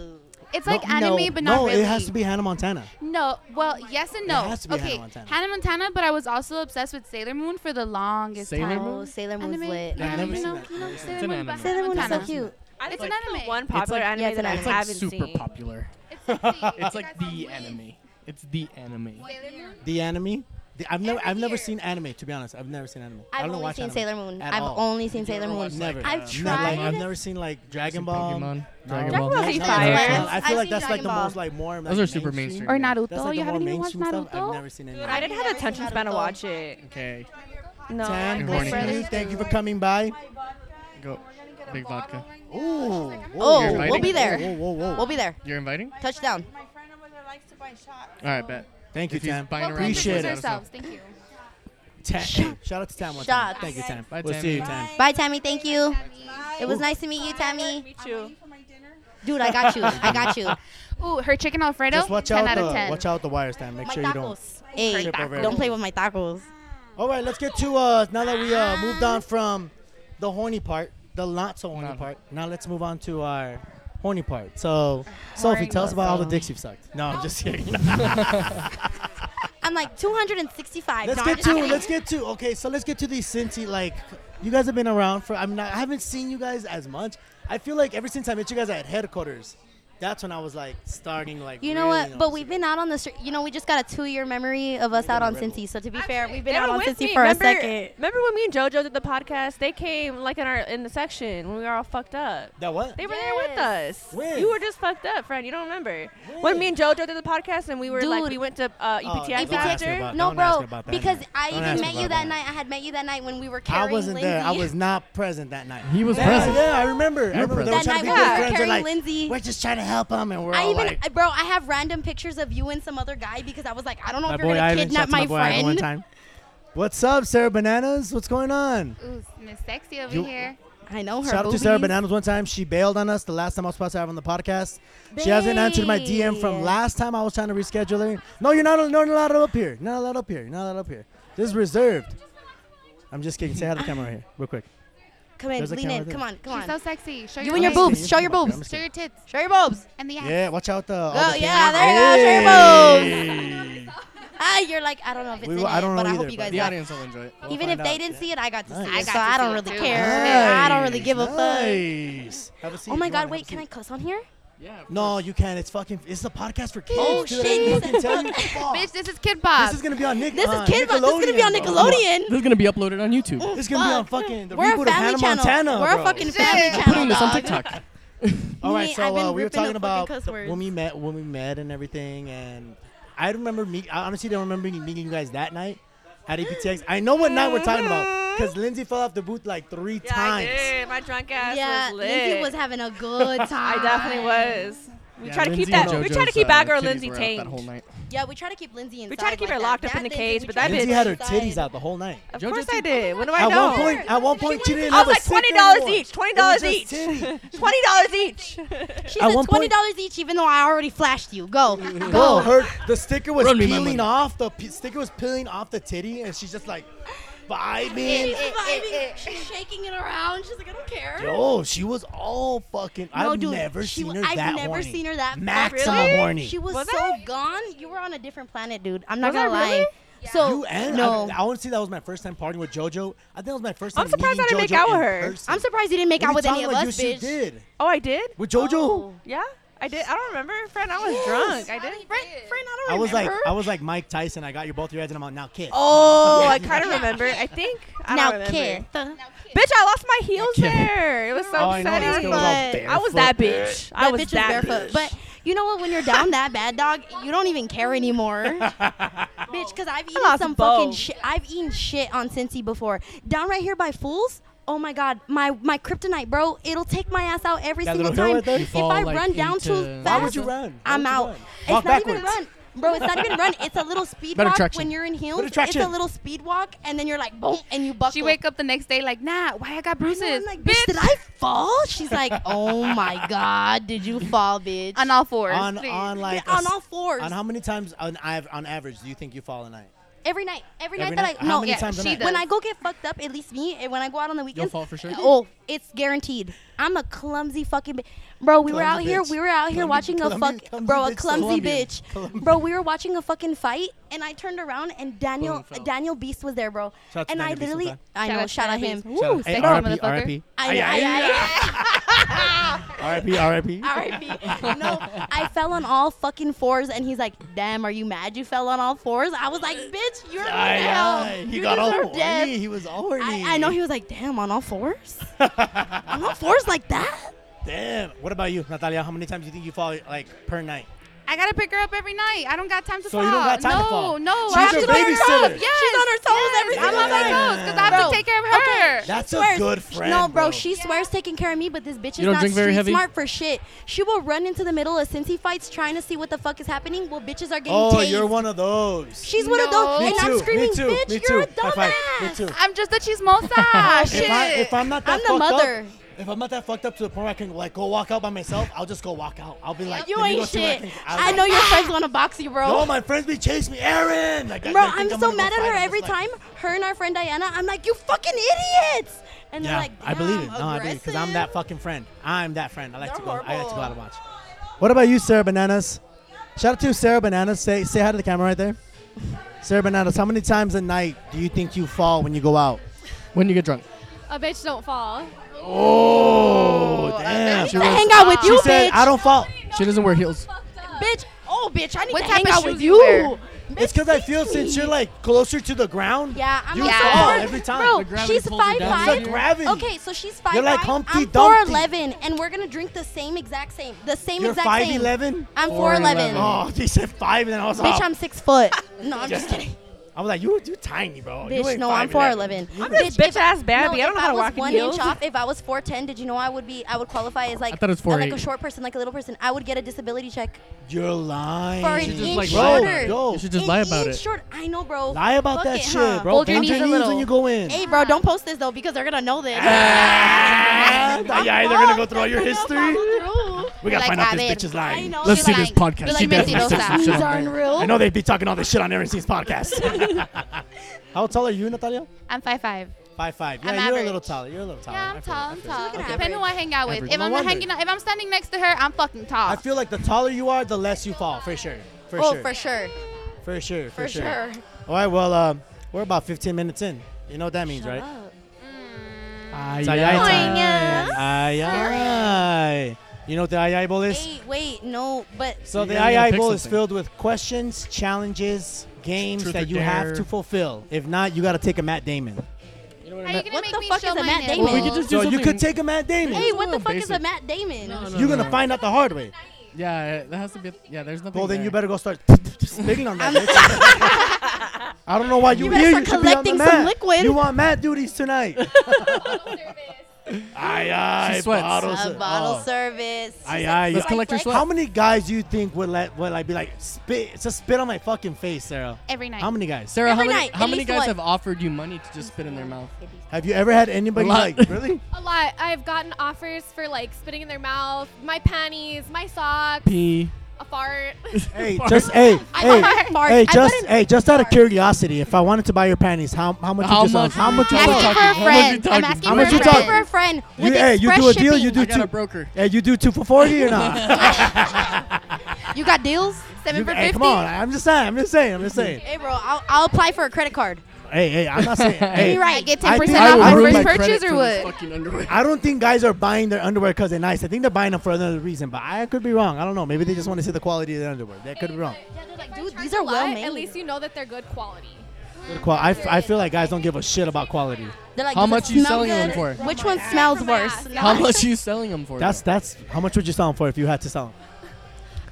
E: It's like
A: No,
E: anime,
A: no,
E: but not
A: no,
E: really.
A: it has to be Hannah Montana.
E: No, well, yes and no.
A: has to be
E: okay,
A: Hannah Montana.
E: but I was also obsessed with Sailor Moon for the longest
C: Sailor
E: time.
C: Moon?
D: oh, Sailor Moon's
E: Anime,
D: lit.
E: yeah,
A: I've never
E: you
A: seen
E: know,
A: that.
E: you know,
A: Yeah.
E: Sailor
C: It's an
E: Moon.
C: anime.
E: by
D: Sailor Moon's so
E: Montana.
D: cute.
E: It's
F: like
E: an anime.
F: the one popular
C: like-
F: anime
D: Yeah, it's an
F: that I
D: anime.
C: It's like
F: haven't
C: super
F: seen.
C: popular.
E: It's,
D: [LAUGHS]
E: sexy.
C: It's like
E: got
C: the
E: some weight.
C: anime. It's the anime.
E: Sailor Moon.
A: The anime. The, I've never.
E: Every
A: I've never
E: year.
A: seen anime. To be honest, I've never seen anime. I
D: I've
A: don't
D: only
A: watch
D: seen
A: anime
D: Sailor Moon.
A: at
D: I've
A: all.
D: only seen Sailor Moon.
A: Never.
D: I've
A: Not like,
D: tried.
A: I've never seen like Dragon
C: Seen
A: Ball.
C: Pokemon,
A: No.
C: Dragon
F: Dragon
C: Ball.
F: Ball Z
A: None of
F: fire.
A: that.
D: Yes,
A: I
D: I've
A: feel like
D: seen
A: that's like
D: Dragon
A: the
D: Ball.
A: most like more.
C: Those
A: like,
C: are super mainstream.
E: Or
A: yeah. That's, like,
E: Naruto. You
A: the more
E: haven't even watched
A: mainstream stuff.
E: Naruto?
A: I've never seen any.
F: I didn't have the
D: I've never seen
F: attention span to
D: Naruto.
F: watch it.
C: Okay,
F: No.
A: Tan,
C: Good
A: bless
C: morning.
A: you. Thank you for coming by.
C: go. Big vodka.
A: Ooh.
D: Oh,
C: You're
D: we'll be
C: invited?
D: there.
A: Whoa, whoa, whoa.
D: We'll be there.
C: You're inviting?
D: Touchdown.
G: My friend over there likes to buy shots.
C: All right, bet.
A: Thank you,
C: If he's
A: Tam.
C: buying around,
A: Appreciate
E: Appreciate
A: it.
E: ourselves. Thank you.
A: Tam. hey, Shout out to Tam one time.
D: Shots.
A: Thank you, Tam.
C: Bye,
A: We'll
C: Tam.
A: see you, Tam.
D: Bye, Tammy. Thank you.
G: Bye.
D: It was nice to meet you, Tammy.
F: Meet you.
G: for my dinner.
D: Dude, I got you. I got you.
E: Ooh, her chicken alfredo.
A: Just watch
E: 10
A: out
E: out
A: the
E: of 10.
A: watch out the wires, Tam. Make
D: My
A: sure you don't.
D: tacos. Hey,
A: Trip over
D: don't play
A: everything.
D: with my tacos.
A: All right, let's get to uh now that we uh moved on from the horny part, the not so horny
C: Not-
A: part. Now let's move on to our horny part. So, Sophie, tell us about all the dicks you've sucked. No, I'm just kidding.
D: I'm like 265.
A: let's
D: No, I'm
A: get
D: just
A: to
D: kidding.
A: let's get to okay. So let's get to these Cincy. Like, you guys have been around for. I'm not. I haven't seen you guys as much. I feel like ever since I met you guys at headquarters, that's when I was like starting like.
D: You know
A: really
D: what? But
A: noticing
D: we've
A: it.
D: been out on the street. You know, we just got a two-year memory of us out on Cincy. So to be fair, we've been
F: They
D: out
F: were
D: on
F: with
D: Cincy
F: me.
D: for a
F: remember,
D: second.
F: Remember when me and JoJo did the podcast? They came like in our in the section when we were all fucked up.
A: That what?
F: They were there with us.
A: When?
F: You were just fucked up, friend. You don't remember
A: When?
F: when me and JoJo did the podcast and we were like
D: Dude.
F: we went to uh,
C: Oh,
F: EPTX
A: don't ask me
F: after.
A: about-
D: No,
A: don't ask me
D: bro,
A: about that
D: because
A: night.
D: I
A: Don't
D: even
A: ask me
D: met you
A: about
D: that
A: that
D: night. I had met you that night when we were carrying
A: I wasn't
D: Lindsay.
A: there. I was not present that night.
C: He was
A: yeah,
C: present.
A: Yeah, I remember. I remember.
C: were
A: They were
D: That
A: trying to be
D: night we were
A: good friends. They're
D: carrying
A: like,
D: Lindsay.
A: we're just trying to help him, and we're
D: I
A: all
D: even,
A: like,
D: bro, I have random pictures of you and some other guy because I was like, I don't know
A: my
D: if you're
A: boy
D: gonna
A: Ivan. Shout out
D: kidnap
A: to my,
D: my,
A: boy Ivan one time.
D: friend.
A: What's up, Sarah Bananas? What's going on?
E: Ooh, Miss Sexy over
A: You-
E: here.
D: I know her.
A: Shout out to
D: boobies.
A: Sarah Bananas one time. She bailed on us the last time I was supposed to have her on the podcast. She hasn't answered my DM from
D: Babe.
A: last time I was trying to reschedule her. No, you're not, not allowed up here. Not allowed up here. Not allowed up here. This is reserved. I'm just kidding. Say hi to the camera right here, real quick.
D: Come in,
A: There's a
D: lean
A: camera
D: in.
A: there.
D: Come on, come
E: She's
D: on.
E: so sexy. Show
D: you
E: your,
D: and your
A: I'm just
D: boobs.
A: kidding.
D: Show your
A: I'm
D: boobs.
A: just
E: Show your tits
D: Show your boobs.
E: and the ass.
A: Yeah, watch out the. all
D: Go,
A: the
D: yeah,
A: cameras.
D: there you go. Show your boobs.
A: Hey.
D: Ah, you're like, I don't know if it's
A: We
D: in
A: will- I don't
D: it, but
A: know
D: I hope
A: either,
D: you
A: but-
D: guys
C: The
D: got it.
C: audience will enjoy it.
A: We'll
D: Even
A: find
D: if they
A: out,
D: didn't
A: yeah.
D: see it, I got to see
A: Nice.
D: it. So
E: I got
D: I
E: to
D: don't
E: see it
D: really
E: too.
D: care. I don't really
A: Nice,
D: give a fuck.
A: nice. Have a seat
D: Oh
A: if
D: my
A: you
D: god,
A: wanna,
D: wait,
A: have
D: can
A: a
D: I
A: seat.
D: cuss on here?
C: Yeah. of
A: No,
C: course.
A: you can't. It's fucking. It's a podcast for kids.
D: Oh,
A: dude. I
D: shit, you
A: didn't fucking tell you. Fuck.
D: [LAUGHS]
E: Bitch, this is Kid Bob.
A: This is gonna be on Nick.
D: This
A: on
D: is kid, but this is gonna be on
A: bro.
D: Nickelodeon.
C: This is gonna be uploaded on YouTube.
A: This is gonna be on
D: Fuck.
A: fucking the
D: We're
A: reboot
D: a
A: of Hannah
D: family channel.
A: Montana.
D: We're
A: bro.
D: a fucking
E: Shit.
D: family
E: I'm
D: channel.
C: Putting this on
D: dog.
C: TikTok.
A: All right,
D: Me,
A: so
D: I've been
A: uh, we were
D: ripping up
A: talking about
D: fucking cuss words.
A: when we met, when we met, and everything. And I remember me. I honestly don't remember me- meeting you guys that night at APTX. I know what night we're talking about because Lindsay fell off the booth like three
F: Yeah,
A: times.
F: I did. My drunk ass
D: Yeah,
F: was lit.
D: Lindsay was having a good time.
F: [LAUGHS] I definitely was. We
C: Yeah,
F: try to keep
C: Lindsay
F: that.
C: and
F: We
C: JoJo's,
F: try to keep
C: uh,
F: our girl
C: titties
F: Lindsay
C: were out That whole
F: tamed.
C: night.
D: Yeah, we try to keep Lindsay inside.
F: We try to keep
D: like
F: her
D: that.
F: locked up
D: That
F: in the
D: Lindsay,
F: cage,
D: we
F: but
D: try
F: that
D: to
A: Lindsay
D: keep
F: bitch-
A: had her
D: inside.
A: titties out the whole night.
F: Of
C: JoJo
F: course I
C: took-
F: did. What do I
A: At
F: know?
A: one point, at one point, she didn't.
F: I
A: have
F: was like
A: a cent
F: twenty dollars
A: anymore.
F: each. Twenty
A: It was
F: dollars
A: just
F: each.
D: [LAUGHS]
A: titty.
F: Twenty dollars each.
D: She
A: At
D: said
A: one
D: twenty
A: point-
D: dollars each, even though I already flashed you. Go,
A: [LAUGHS] Bro,
D: go.
A: her the sticker was
C: Run me my
A: peeling
C: money.
A: off. The p- sticker was peeling off the titty, and she's just like vibing.
D: She's vibing. She's shaking it around. She's like, I don't care.
A: Yo, she was all fucking.
D: No,
A: I've
D: dude,
A: never
D: she
A: seen
D: wa-
A: her
D: I've
A: that
D: never
A: horny.
D: seen her that
A: maximum
D: fucking-
A: horny.
D: She was,
F: Was
D: so
F: I?
D: gone. You were on a different planet, dude. I'm not
F: Was I
D: gonna lie.
F: really?
D: So
A: you and
D: no,
A: I, I want to say that was my first time partying with JoJo. I think that was my first time.
F: I'm surprised I
A: meeting
F: didn't
A: JoJo
F: make out
A: in
F: with her.
A: person.
D: I'm surprised you didn't make
A: What
D: out
A: are
D: with
A: you
D: any of
A: talking about?
D: us,
A: you,
D: bitch.
A: She did
F: Oh, I did.
A: with JoJo.
D: Oh.
F: Yeah, I did. I don't remember, friend. I was drunk. I did.
D: Friend, friend, I
A: I
D: don't
A: was like,
D: Oh. remember.
A: I was like Mike Tyson. I got your both your heads, and I'm on now, kid.
F: Oh,
C: [LAUGHS]
F: I kind of remember. I think. I
D: now
F: don't remember.
D: kid.
F: Bitch, I lost my heels
A: Okay.
F: there. It was so
A: Oh, I know, this
F: upsetting.
A: girl was all
F: I was that bitch. I
D: That
F: was
D: bitch
F: that
D: was barefoot.
F: bitch.
D: But you know what? When you're down that bad, dog, you don't even care
F: [LAUGHS]
D: anymore, bitch. Because I've eaten
F: lost
D: some fucking
F: both.
D: shit. I've eaten shit on Cincy before. Down right here by Fools. Oh my God, my my kryptonite, bro. It'll take my ass out every
A: That
D: single
A: little hill
D: time.
A: right there? You
D: if
C: fall,
D: I
C: like,
D: run down
C: into-
D: too
C: Why
D: fast,
A: Why would you run? Why
D: I'm
A: would you
D: out.
A: run?
D: It's
A: Walk
D: not
A: backwards.
D: even run. Bro, it's not
A: [LAUGHS]
D: even run. It's a little speed
C: Better
D: walk
C: traction.
D: when you're in heels.
A: Better
D: It's a
A: traction.
D: little speed walk, and then you're like, boom, and you buckle.
E: she wake up the next day like, nah, why I got bruises?
D: I'm like, bitch,
E: bitch,
D: did I fall? She's like, oh my god, did you
F: [LAUGHS]
D: fall, bitch?
E: on all fours.
A: on
E: please.
A: on like
D: Yeah, on
A: a s-
D: all fours.
A: On how many times on av- on average do you think you fall a night?
D: every night, every,
A: Every
D: night,
A: night?
D: that I
A: How
D: no,
A: many
E: yeah,
A: times a
E: she
A: night?
E: does.
D: when I go get fucked up, at least me, and when I go out on the weekends,
C: fall for sure?
D: Oh, it's guaranteed. I'm a clumsy fucking bi- bro. We were
A: Clumsy
D: out here.
A: bitch.
D: We were out here
A: Clumsy-
D: watching a
A: clumsy-
D: fuck,
A: clumsy
D: bro, a
A: bitch,
D: clumsy
A: Colombian.
D: bitch,
A: Colombian.
D: bro. We were watching a fucking fight, and I turned around, and Daniel,
C: Boom, fell.
D: Daniel Beast was there, bro.
A: Shout out to
D: and I
A: Daniel Beast,
D: literally,
A: okay.
D: I
E: Shout
D: know,
E: out to
D: shout out
E: Daniel
D: him.
E: Beast.
D: Woo,
A: Hey,
E: sexy
A: RIP,
E: motherfucker.
A: RIP,
D: I, I, I,
A: RIP,
D: [LAUGHS]
A: RIP.
D: R.I.P. No, I fell on all fucking fours, and he's like, "Damn, are you mad you fell on all fours? I was like, "Bitch, you're
A: Aye, aye.
D: mad.
A: He
D: you
A: got all
D: deserve
A: horny.
D: death."
A: He was all horny.
D: I, I know he was like, "Damn, on
A: [LAUGHS]
D: all fours? on all fours like that?"
A: Damn. What about you, Natalia? How many times do you think you fall like per night?
E: I gotta pick her up every night. I don't got time to
A: So
E: fall.
A: you don't got time
E: no,
A: to fall.
E: no,
A: She's
E: I have
A: your
E: to be on her
A: babysitter.
E: toes.
A: She's
E: Yes,
D: on her toes
E: yes,
D: every
E: I'm on my
A: single
E: toes
A: day.
E: because I have
D: Bro,
E: to take care of her.
A: That's
D: swears-
A: a good friend.
D: No, bro, she swears taking care of me, but this bitch is
C: don't
D: not
C: drink very
D: street
C: heavy?
D: smart for shit. She will run into the middle of Cincy fights trying to see what the fuck is happening. Well, bitches are getting
A: Oh,
D: tased.
A: you're one of those.
D: She's one of
E: No.
D: those,
E: Me
D: and I'm
A: too,
D: screaming,
A: me too,
D: "Bitch,
A: me
D: you're a
A: too. High
D: dumbass!" Ah,
A: five, me too.
E: I'm just a chismosa. shit.
A: If, I, if I'm not that
D: I'm the
A: fucked
D: mother.
A: Up, if I'm not that fucked up to the point where I can like go walk out by myself, I'll just go walk out. I'll be like,
D: You
A: let me go
D: ain't
A: see what
D: shit.
A: can- I'll
D: I
A: be
D: know
A: like,
D: your friends want to box you, bro.
A: Yo, my friends be chasing me, Aaron. Like, I-
D: Bro,
A: I think
D: I'm so
A: gonna go
D: mad at
A: fight
D: her
A: I'm
D: every
A: just like-
D: time. Her and our friend Diana, I'm like, you fucking idiots! And
A: Yeah,
D: they're like,
A: I believe it.
D: "Damn,
A: No, I believe it because I'm that
D: aggressive."
A: fucking friend. I'm that friend. I like
D: They're
A: to go. I like to go
D: horrible.
A: out and watch. What about you, Sarah Bananas? Shout out to Sarah Bananas. Say say hi to the camera right there. Sarah Bananas, how many times a night do you think you fall when you go out?
C: When you get drunk.
H: A bitch don't fall.
A: Oh, damn.
D: I need to [LAUGHS] hang out with
A: She
D: you,
A: said,
D: bitch.
A: I don't fall.
C: She doesn't wear heels.
D: bitch. Oh, bitch, I need
E: What
D: to
E: type
D: hang
E: of
D: out
E: shoes
D: with
E: you
D: you.
E: wear?
A: It's because I feel since you're like closer to the ground,
D: Yeah, I'm
A: you
D: like,
E: Yeah.
A: fall
D: four-
A: every time.
D: Bro,
C: The gravity
D: she's
C: pulls
D: five
C: you down.
A: It's
D: five.
A: like gravity.
D: Okay, so she's five
A: You're like
D: five.
A: Humpty
D: I'm four
A: Dumpty.
D: eleven, and we're gonna drink the same exact same, the same
A: You're
D: exact
A: five
D: same.
A: eleven.
D: I'm four eleven.
A: Oh, [LAUGHS] he said five, and then I was
D: Bitch,
A: like,
D: I'm
A: [LAUGHS]
D: six foot. No, I'm just kidding.
A: I was like, you you tiny, bro. You
D: Bitch,
A: ain't
D: no, I'm
A: 5'11".
D: 4'11.
A: You-
F: This bitch ass
D: No,
F: baby.
D: if
F: I don't know how to
D: was
F: walk in
D: one
F: heels.
D: inch off, if I was 4'10, did you know I would be, I would qualify as like,
C: I thought it was
D: uh, like a
C: 4'8.
D: short person, like a little person. I would get a disability check.
A: You're lying.
D: For an
C: should just,
D: inch
C: like, lie about
D: shorter.
C: it.
A: Yo,
C: You should just
D: An
C: lie about
D: inch
C: it.
D: short. I know, bro.
A: lie about
D: Fuck
A: that
D: it,
A: shit,
D: huh?
A: bro.
E: Fold your
A: Bend
E: knees a
A: when
E: little.
A: you go in.
D: Hey, bro, don't post this though because they're gonna know this.
A: Ah, yeah, they're gonna go through all your history. We gotta
E: Like,
A: find out
E: a
A: this
E: ver.
A: bitch is lying.
D: I know.
C: Let's see
D: She's
C: this
D: like,
C: podcast.
E: like
C: She definitely
E: mentirosa.
C: says some shit
D: These
C: on
D: aren't
C: there.
D: real.
A: I know they'd be talking all this shit on Aaron C's podcast. How tall are you, Natalia?
E: I'm five five.
A: Five five. Yeah,
E: I'm
A: you're a little
E: average.
A: taller. You're a little taller.
E: Yeah,
A: I
E: I'm
A: feel-
E: tall.
A: I
E: I'm
A: feel-
E: tall.
A: okay.
E: Depending on who I hang out with.
A: Average.
E: If
A: No
E: I'm
A: wonder.
E: hanging out, if I'm standing next to her, I'm fucking tall.
A: I feel like the taller you are, the less you fall, for sure. For
D: oh,
A: sure.
D: for sure.
A: For sure. For,
D: For
A: sure.
D: sure.
A: All right. Well, um, we're about 15 minutes in. You know what that means, right? It's aye, aye time. Aye aye. You know what the aye aye bowl is?
D: Wait, wait, no, but
A: So
C: You
A: the
C: gotta
A: aye aye
C: pick
A: bowl is
C: something.
A: filled with questions, challenges, games
C: Truth or
A: that you have
C: dare.
A: to fulfill. If not, you got to take a Matt Damon.
E: How you gonna
D: What
E: make
D: the
E: me
D: fuck
E: show
D: is a
E: my
D: Matt
E: nipples?
D: Damon?
C: We could just do
A: So you
C: something-
A: could take a Matt Damon.
D: hey, what the
C: little
D: fuck is a
C: basic.
D: Matt Damon?
C: No, no,
A: You're
C: no,
A: gonna
C: no.
A: find out the hard way.
C: Yeah, that has to be. Yeah, there's nothing.
A: Well, then
C: there.
A: you better go
C: [LAUGHS]
A: start digging on that. bitch. [LAUGHS] I don't know why you,
D: You better
A: here. You
D: start
A: should be on the
D: collecting
A: mat.
D: some liquid.
A: You want Matt duties
C: [LAUGHS]
A: tonight? aye aye.
C: She sweats.
A: bottles-
D: A bottle
A: oh.
D: service.
A: Aye aye.
C: Let's collect your
A: How
C: sweat.
A: many guys do you think would let would like be like spit just spit on my fucking face, Sarah?
E: Every night.
A: How many guys?
C: Sarah, how
D: Every
C: many,
D: night,
C: how
D: at
C: many
D: least
C: guys
D: one.
C: have offered you money to just spit in their mouth?
A: Have you ever had anybody
C: A
D: [LAUGHS]
C: lot.
A: like really?
H: A lot. I've gotten offers for like spitting in their mouth, my panties, my socks,
C: Pee.
H: a fart.
A: hey, just hey,
D: I
A: hey,
D: bought a fart. I
A: hey,
D: bought
A: just
D: a
A: hey, just out of
D: fart.
A: curiosity, if I wanted to buy your panties, how how much?
C: How
A: you just,
C: much?
A: How much? you
C: How
A: want?
E: Asking
C: much?
E: for a
C: How much you
E: friend. I'm
C: talking?
E: asking
A: How
E: for
A: much you
E: a
A: talking?
E: friend.
D: For a friend with
A: You, hey, you
D: express
A: do a deal. You
D: shipping.
A: do
C: I got
A: two.
C: a broker.
A: Hey, you do two for forty or
D: [LAUGHS]
A: not?
D: You got deals?
E: Seven
A: You-
E: for
A: hey,
E: fifty.
A: come on! I'm just saying. I'm just saying. I'm just saying.
D: Hey, bro, I'll, I'll apply for a credit card.
A: hey, hey, I'm not saying. Hey,
D: [LAUGHS] You're right.
E: I get
A: I
E: ten
A: think
E: percent
A: I
E: off
A: would
E: my
A: ruin
E: first
A: my
E: purchase, or
C: for this
E: what?
C: fucking underwear.
A: I don't think guys are buying their underwear because they're nice. I think they're buying them for another reason. But I could be wrong. I don't know. Maybe they just want to see the quality of their underwear. That could be
H: [LAUGHS]
A: wrong.
H: Yeah, they're like,
D: Dude,
H: if I
D: these
H: charge
D: are
H: a lot,
D: well-made.
H: At least you know that they're good quality.
A: Good qual- I, f- I feel like guys don't give a shit about quality.
D: They're like,
C: How
D: does it
C: much you
D: smell
C: selling them
D: good?
C: for?
D: Which one smells
H: From my
D: worse?
H: ass.
C: How much you selling them for?
A: That's
C: though?
A: that's how much would you sell them for if you had to sell them?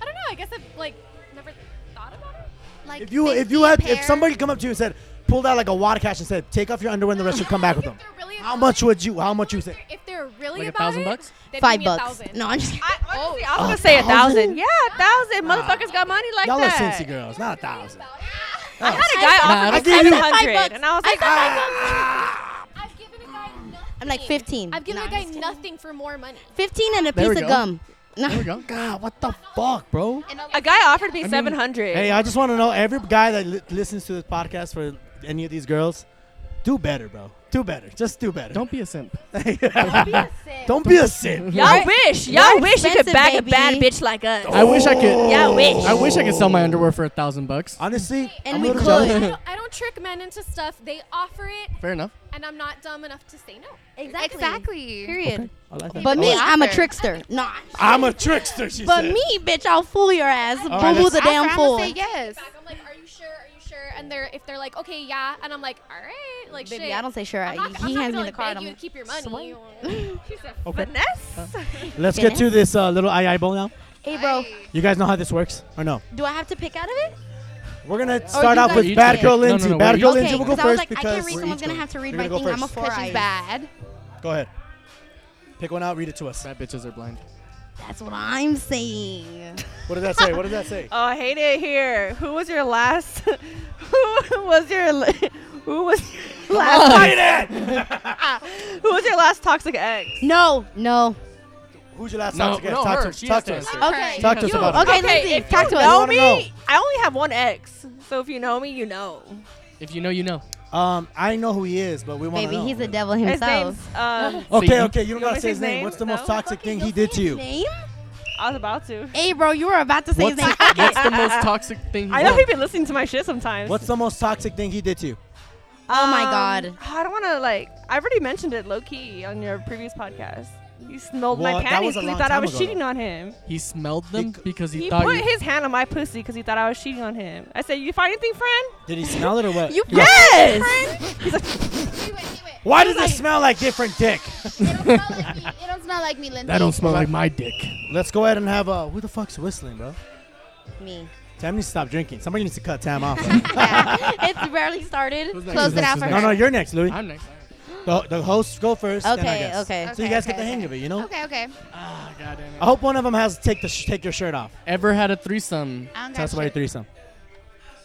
H: I don't know. I guess I've like never thought about it.
E: Like
A: If you if you
E: 50
A: had if
E: pair.
A: somebody come up to you and said pulled out like a wad of cash and said take off your underwear and the rest should come back with them.
H: If they're really
A: How
H: about
A: much
H: it-
A: would you? How much you
H: if
A: say?
H: they're- If they're really
C: Like a
H: about
C: thousand
H: it,
C: bucks?
H: they'd give
D: Five
H: me a
D: bucks.
H: thousand.
D: No, I'm just
F: I, honestly, I was gonna say a thousand. Yeah, a thousand. Motherfuckers got money like
A: Y'all are
F: that.
A: Cincy girls, not a thousand. Oh.
F: I had a guy
D: I
C: said-
F: offer
C: I
F: me
C: give
F: seven
A: you-
F: hundred, and I was like,
A: Ah.
H: [LAUGHS] I've given a guy nothing.
D: I'm like 15.
H: I've given
D: No,
H: a
D: I'm
H: guy
D: just kidding.
H: nothing for more money.
D: 15 and a
C: There we
D: piece of
C: go.
D: gum. No.
C: There we go.
A: God, what the fuck, bro?
F: a guy offered me
C: mean-
F: seven hundred.
A: Hey, I just want to know every guy that li- listens to this podcast for any of these girls, do better, bro. Do better. Just do better.
C: Don't be a simp.
A: Don't be a simp.
F: Y'all wish, y'all
D: We're
F: wish you could
D: expensive,
F: bag a
D: baby.
F: bad bitch like us.
C: I wish I could.
F: Yeah, I wish.
C: I wish I could sell my underwear for a thousand bucks.
A: Honestly,
D: And
A: I'm
D: we
A: a little
D: could.
H: I
A: jealous.
H: don't, I don't trick men into stuff. They offer it,
C: Fair enough.
H: and I'm not dumb enough to say no.
D: Exactly.
E: Exactly.
D: Period.
A: I like that.
D: But me,
E: Oh.
D: I'm a trickster. No. I'm just-
A: I'm a trickster. She
D: But
A: said.
D: me, bitch, I'll fool your ass. Boo
A: right,
D: hoo
A: let's-
D: the damn
E: After
D: fool.
E: I'm gonna say yes.
H: Back, I'm like, are you sure? Are you sure? And they're if they're like, okay, yeah, and I'm like, all right, like,
D: Baby,
H: shit.
D: I don't say sure.
H: I'm not,
D: he
H: I'm not
D: hands me
H: gonna,
D: the
H: like,
D: card.
H: Beg you
D: I'm
H: to keep your money.
D: swipe.
A: Okay,
F: Finesse.
A: let's get to this uh, little aye aye bowl now.
D: hey, bro,
A: You guys know how this works or no?
D: do I have to pick out of it?
A: We're gonna start
D: you
A: off
D: guys
A: with
D: pick.
A: Bad Girl
C: No, no, no,
A: Lindsay.
C: wait,
A: Bad
C: you-
A: Girl
C: Okay,
A: Lindsay will go
D: because I
A: first
D: was like, I
A: because
D: can't read someone's going to have to read
A: You're
D: my
A: gonna go
D: thing. I'm a
A: first.
D: four
E: She's
D: eyes.
E: bad.
A: Go ahead. Pick one out. Read it to us.
C: Bad bitches are blind.
D: That's what I'm saying.
A: What does that say? What does that say?
F: Oh, I hate it here. Who was your last? [LAUGHS] who was your? la- Who was your last? [LAUGHS] Ah. who was your last toxic ex?
D: No, no.
A: Who's your last
C: No,
A: toxic?
C: no,
A: talk
C: her.
A: to,
C: She
A: talk
C: has
A: to
C: to
A: us.
C: answer.
D: Okay.
A: Talk to us
F: You-
A: about it.
F: okay,
D: Lindsay,
F: if
D: talk
F: you
D: to us.
A: We
F: know
A: wanna
F: me,
A: know.
F: I only have one ex. So if you know me, you know.
C: If you know, you know.
A: Um, I know who he is, but we want to
D: Baby,
A: know.
D: he's the devil
F: His
D: himself.
F: name's. Um,
A: Okay,
C: Satan.
A: okay. You don't
F: You
A: gotta
F: wanna
A: say his name. What's the most
F: No?
A: toxic thing he
D: Fucking don't
A: did to
D: say his
A: you?
D: Name?
F: I was about to.
D: Hey, bro, you were about to say his
C: What's,
D: name.
A: [LAUGHS]
C: the- what's the most toxic thing?
F: I
C: you
F: know
C: did?
F: he'd be listening to my shit sometimes.
A: What's the most toxic thing he did to you?
D: Oh my
F: Um,
D: God.
F: [SIGHS] I don't want to like. I already mentioned it low key on your previous podcast. He smelled
A: Well,
F: my
A: that was
F: panties
A: a
F: because he
A: long
F: thought I
A: time
F: was
A: ago,
F: cheating
A: though.
F: on him.
C: He smelled them
A: He-
C: because he,
F: He
C: thought
F: put
C: you.
F: his hand on my pussy because he thought I was cheating on him. I said, "You find anything, friend?"
A: Did he smell it or what?
D: You
F: Yes.
A: Why does it smell like different dick?
E: It don't smell like me. It don't smell like me, Lindsay.
C: that don't smell like my dick.
A: Let's go ahead and have uh, who the fuck's whistling, bro?
D: me.
A: Tam needs to stop drinking. Somebody needs to cut Tam off.
D: Yeah, it's barely started.
C: Who's next?
E: Close
C: Who's
E: it
C: next?
E: out
C: Who's
E: for
A: no,
C: next?
A: no, you're next, Louis.
C: I'm next.
A: The, the hosts go first. then I
D: Okay,
A: guess.
D: okay.
A: So you
E: Okay,
A: guys get
E: okay,
A: the hang
E: okay.
A: of it, you know.
E: Okay, okay.
C: Ah, goddamn
A: I hope one of them has to take the sh- take your shirt off.
C: Ever had a threesome?
E: I don't
A: Tell
E: got
A: us about your
E: shit.
A: threesome.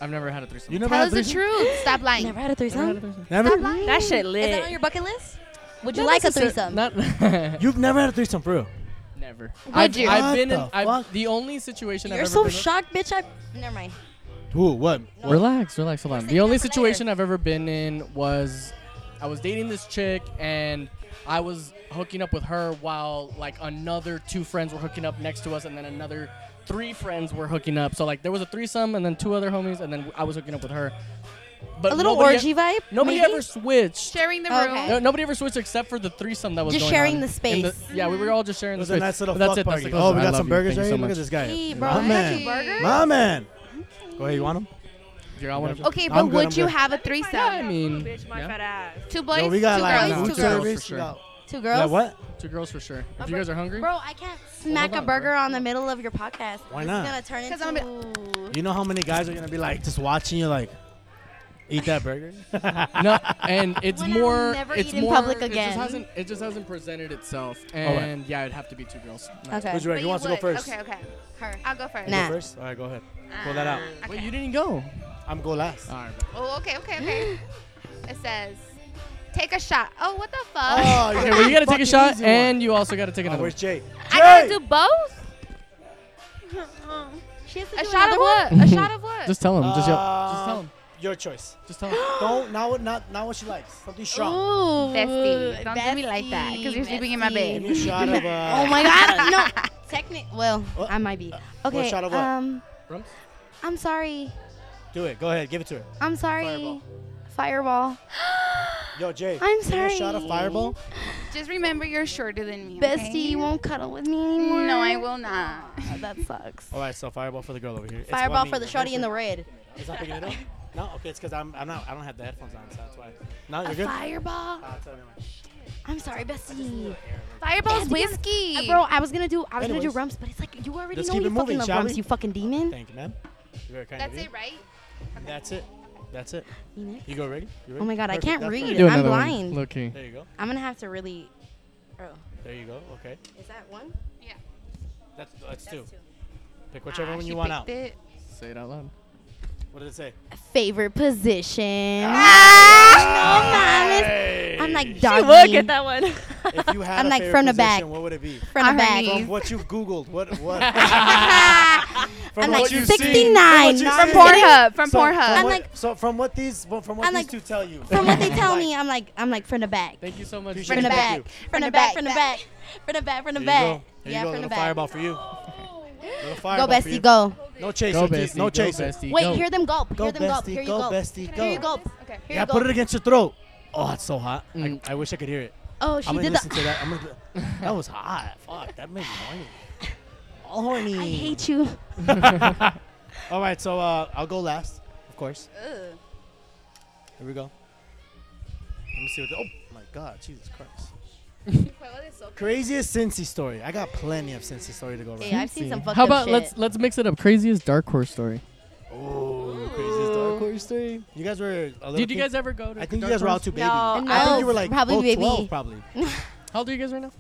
C: I've never had a threesome.
A: You never
E: Tell
A: had
E: us the truth. Stop lying.
D: Never had a threesome.
A: Never?
F: that shit
D: Is that on
F: lit.
D: your bucket list? Would you like a threesome?
C: Not
A: You've never had a threesome, for real?
C: [LAUGHS] never.
E: I've-
C: I've,
E: you?
A: What
C: been
A: the
C: in. I've,
A: fuck?
C: the only situation
D: You're
C: I've
D: so
C: ever been
D: shocked, bitch. I never mind.
A: Who? What?
C: in. Relax, relax, hold on. The only
D: that for
C: situation I've ever been in was I was dating this chick and I was hooking up with her while like another two friends were hooking up next to us and then another three friends were hooking up. So like there was a threesome and then two other homies and then I was hooking up with her. But
D: a little
C: nobody
D: orgy
C: e-
D: vibe.
C: Nobody
D: maybe?
C: ever switched.
E: Sharing the
D: Okay.
E: room.
C: No, nobody ever switched except for the threesome that was
D: Just
C: going
D: sharing
C: on
D: the
C: in
D: space.
C: yeah, we were all just sharing
A: It was
C: the
A: a
C: space.
A: nice little
C: But that's
A: fuck
C: it.
A: party.
C: That's the
A: Oh, we
C: closest. I
A: got
C: love
A: some
C: you.
A: burgers
C: Thank you
A: right
C: so
A: here. Look
C: much.
A: at this guy.
D: Hey, bro.
A: My
D: I got
A: man.
D: you burgers.
A: My man. Go ahead, you want him?
C: Here, I wanna-
E: Mm-hmm. Okay,
A: I'm
E: but
A: good, I'm
E: would you
A: good.
E: have a
C: I
E: threesome?
C: mean,
F: Bitch, my
C: yeah.
F: fat ass.
E: Two boys,
A: Yo, we got
E: two
A: like
E: girls,
C: no,
E: two
A: food
C: two girls
E: girls.
C: for
A: service.
C: sure.
A: We got-
D: Two
A: Yeah,
D: girls.
A: what?
C: two girls for sure. If you guys are hungry,
D: Bro, I can't smack
C: hold
D: a
C: on,
D: burger
C: bro.
D: on the middle of your podcast.
A: Why
D: This is
A: not?
D: gonna turn
E: 'Cause
D: into.
E: I'm
A: You know how many guys are gonna be like just watching you like eat that
E: [LAUGHS]
A: burger?
C: no, and it's
D: When I'll
C: more.
D: never
C: it's
D: eat in
C: more-
D: public
C: It
D: again.
C: just hasn't. It just hasn't presented itself. And yeah, it'd have to be two girls. No.
D: okay.
A: Who's ready?
E: But
A: Who wants to go
E: would-
A: first?
E: Okay, okay.
D: Her.
E: I'll go first. Ah.
A: You
D: Nah.
A: go first? All right, go ahead. Pull that out.
C: Wait, you didn't go.
A: I'm go last.
C: All right.
E: Oh, okay, okay, okay. it says, take a shot. Oh, what the fuck?
A: Oh,
C: Okay, well you gotta take a shot, and you also gotta take
A: oh,
C: another.
A: where's Jay?
E: I gotta do both?
D: She has to
E: A
D: do
E: shot of
D: another one?
E: what? A shot of what?
C: just tell him. Just yell.
A: Uh,
C: Just tell him.
A: Your choice.
C: Just
D: [GASPS]
C: tell him.
A: Don't not what not not what she likes. Something strong.
D: Ooh,
E: Bestie, don't do me like that, 'cause you're
D: bestie,
E: sleeping in my
A: Give
E: bed.
A: me a shot of uh,
D: Oh my
E: [LAUGHS]
D: god, no. Technic. Well,
A: What? Uh,
D: I might be.
A: what
D: Okay.
A: shot of what?
D: Um,
C: Rums?
D: I'm sorry.
A: Do it. Go ahead. Give it to her.
D: I'm sorry.
A: Fireball.
D: Fireball.
A: Yo, Jay.
D: I'm
A: give me a shot of
D: sorry.
A: Fireball.
E: Just remember you're shorter than me. okay?
D: Bestie, you won't cuddle with me anymore.
E: No, I will not.
D: Oh, that sucks.
A: All right, so Fireball for the girl over here. It's
D: Fireball
A: one
D: for
A: me.
D: the shorty in the red.
A: It's not picking it
D: [LAUGHS]
A: up. No, okay, it's because I'm I'm not I don't have the headphones on, so that's why. No, you're good.
D: Fireball.
A: Ah, it's all right, never mind.
D: I'm sorry, Bestie.
E: Fireball's
D: Yeah,
E: whiskey.
D: Uh, bro, I was gonna do I was gonna
A: Anyways.
D: do rumps, but it's like you already
A: Let's
D: know
A: keep
D: you
A: it
D: fucking
A: moving,
D: love
A: shall
D: rumps,
A: we?
D: you fucking demon.
A: Thank you, man. You're very kind
E: That's
A: of you.
E: it, right?
A: That's it. That's it.
D: You know?
A: You go ready? You ready?
D: Oh my god, I
A: Perfect.
D: can't
A: That's
D: read.
A: perfect.
D: Do another one. blind.
C: Low key.
A: There you go.
D: I'm gonna have to really. Oh,
A: There you go. Okay.
D: is that one?
A: That's that's, two.
D: two. Ah,
A: Pick whichever one you want out.
C: Say it out loud.
A: What did it say?
D: Favorite position. Ah! no, mames. I'm like doggy.
F: Get that one. [LAUGHS]
A: If you had
D: I'm
A: a
D: like
A: favorite
D: from the
A: position,
D: back.
A: What would it be?
D: Front
E: On
D: of
E: her
D: back.
E: knees.
D: [LAUGHS]
A: From what you've Googled, what what? from what
D: I'm like
A: you've
D: 69.
A: Seen, from what you've
D: From
A: seen.
E: Pornhub. From
A: So,
E: Pornhub.
A: From
D: I'm
A: what,
D: like-
A: so from what these well, from what
D: I'm
A: these
D: like-
A: two tell you.
D: From what
A: [LAUGHS]
D: they tell me, I'm like I'm like from the back.
C: Thank you so much.
A: Appreciate
D: From
A: it.
D: the
A: Thank
D: back.
A: you.
D: From the back. From the back. From the back. From the
A: There you
D: back.
A: go. There
D: Yeah,
A: you go.
D: from the
A: Little
D: back.
A: fireball for you. Little
D: Go
A: fireball for you.
D: bestie, go.
A: No chase.
C: Go
A: no chase,
C: bestie.
A: No
C: go
A: chase.
C: bestie.
D: Wait,
C: go.
D: hear them gulp.
A: Go
D: Hear them gulp.
A: bestie.
D: Here you
A: Go
D: go.
A: bestie.
D: Here you
A: Go.
D: go.
E: Okay.
D: Here
A: Yeah,
D: you
A: put
D: go.
A: it against your throat. Oh, it's so hot. I,
C: Mm.
A: I wish I could hear it.
D: Oh, she
A: I'm gonna
D: did
A: listen
D: that.
A: to that. I'm gonna, that was hot. Fuck, that made me horny. All horny.
D: I hate you.
A: All right, so uh, I'll go last, of course. Here we go. Let me see what. The, oh my God, Jesus Christ!
F: [LAUGHS]
A: Craziest Cincy story. I got plenty of Cincy story to go around.
D: Hey, I've seen some fucked
C: How
D: up
C: about
D: shit.
C: let's let's mix it up. Craziest dark horse story.
A: Oh, craziest dark horse story. You guys were. A little
C: Did you
A: kid-
C: guys ever go to?
A: I think you
C: dark
A: guys were all
C: horse?
A: too baby.
F: No,
A: I think
D: No,
A: you were like
D: probably
A: both
D: baby.
A: 12, probably.
C: How old are you guys right now?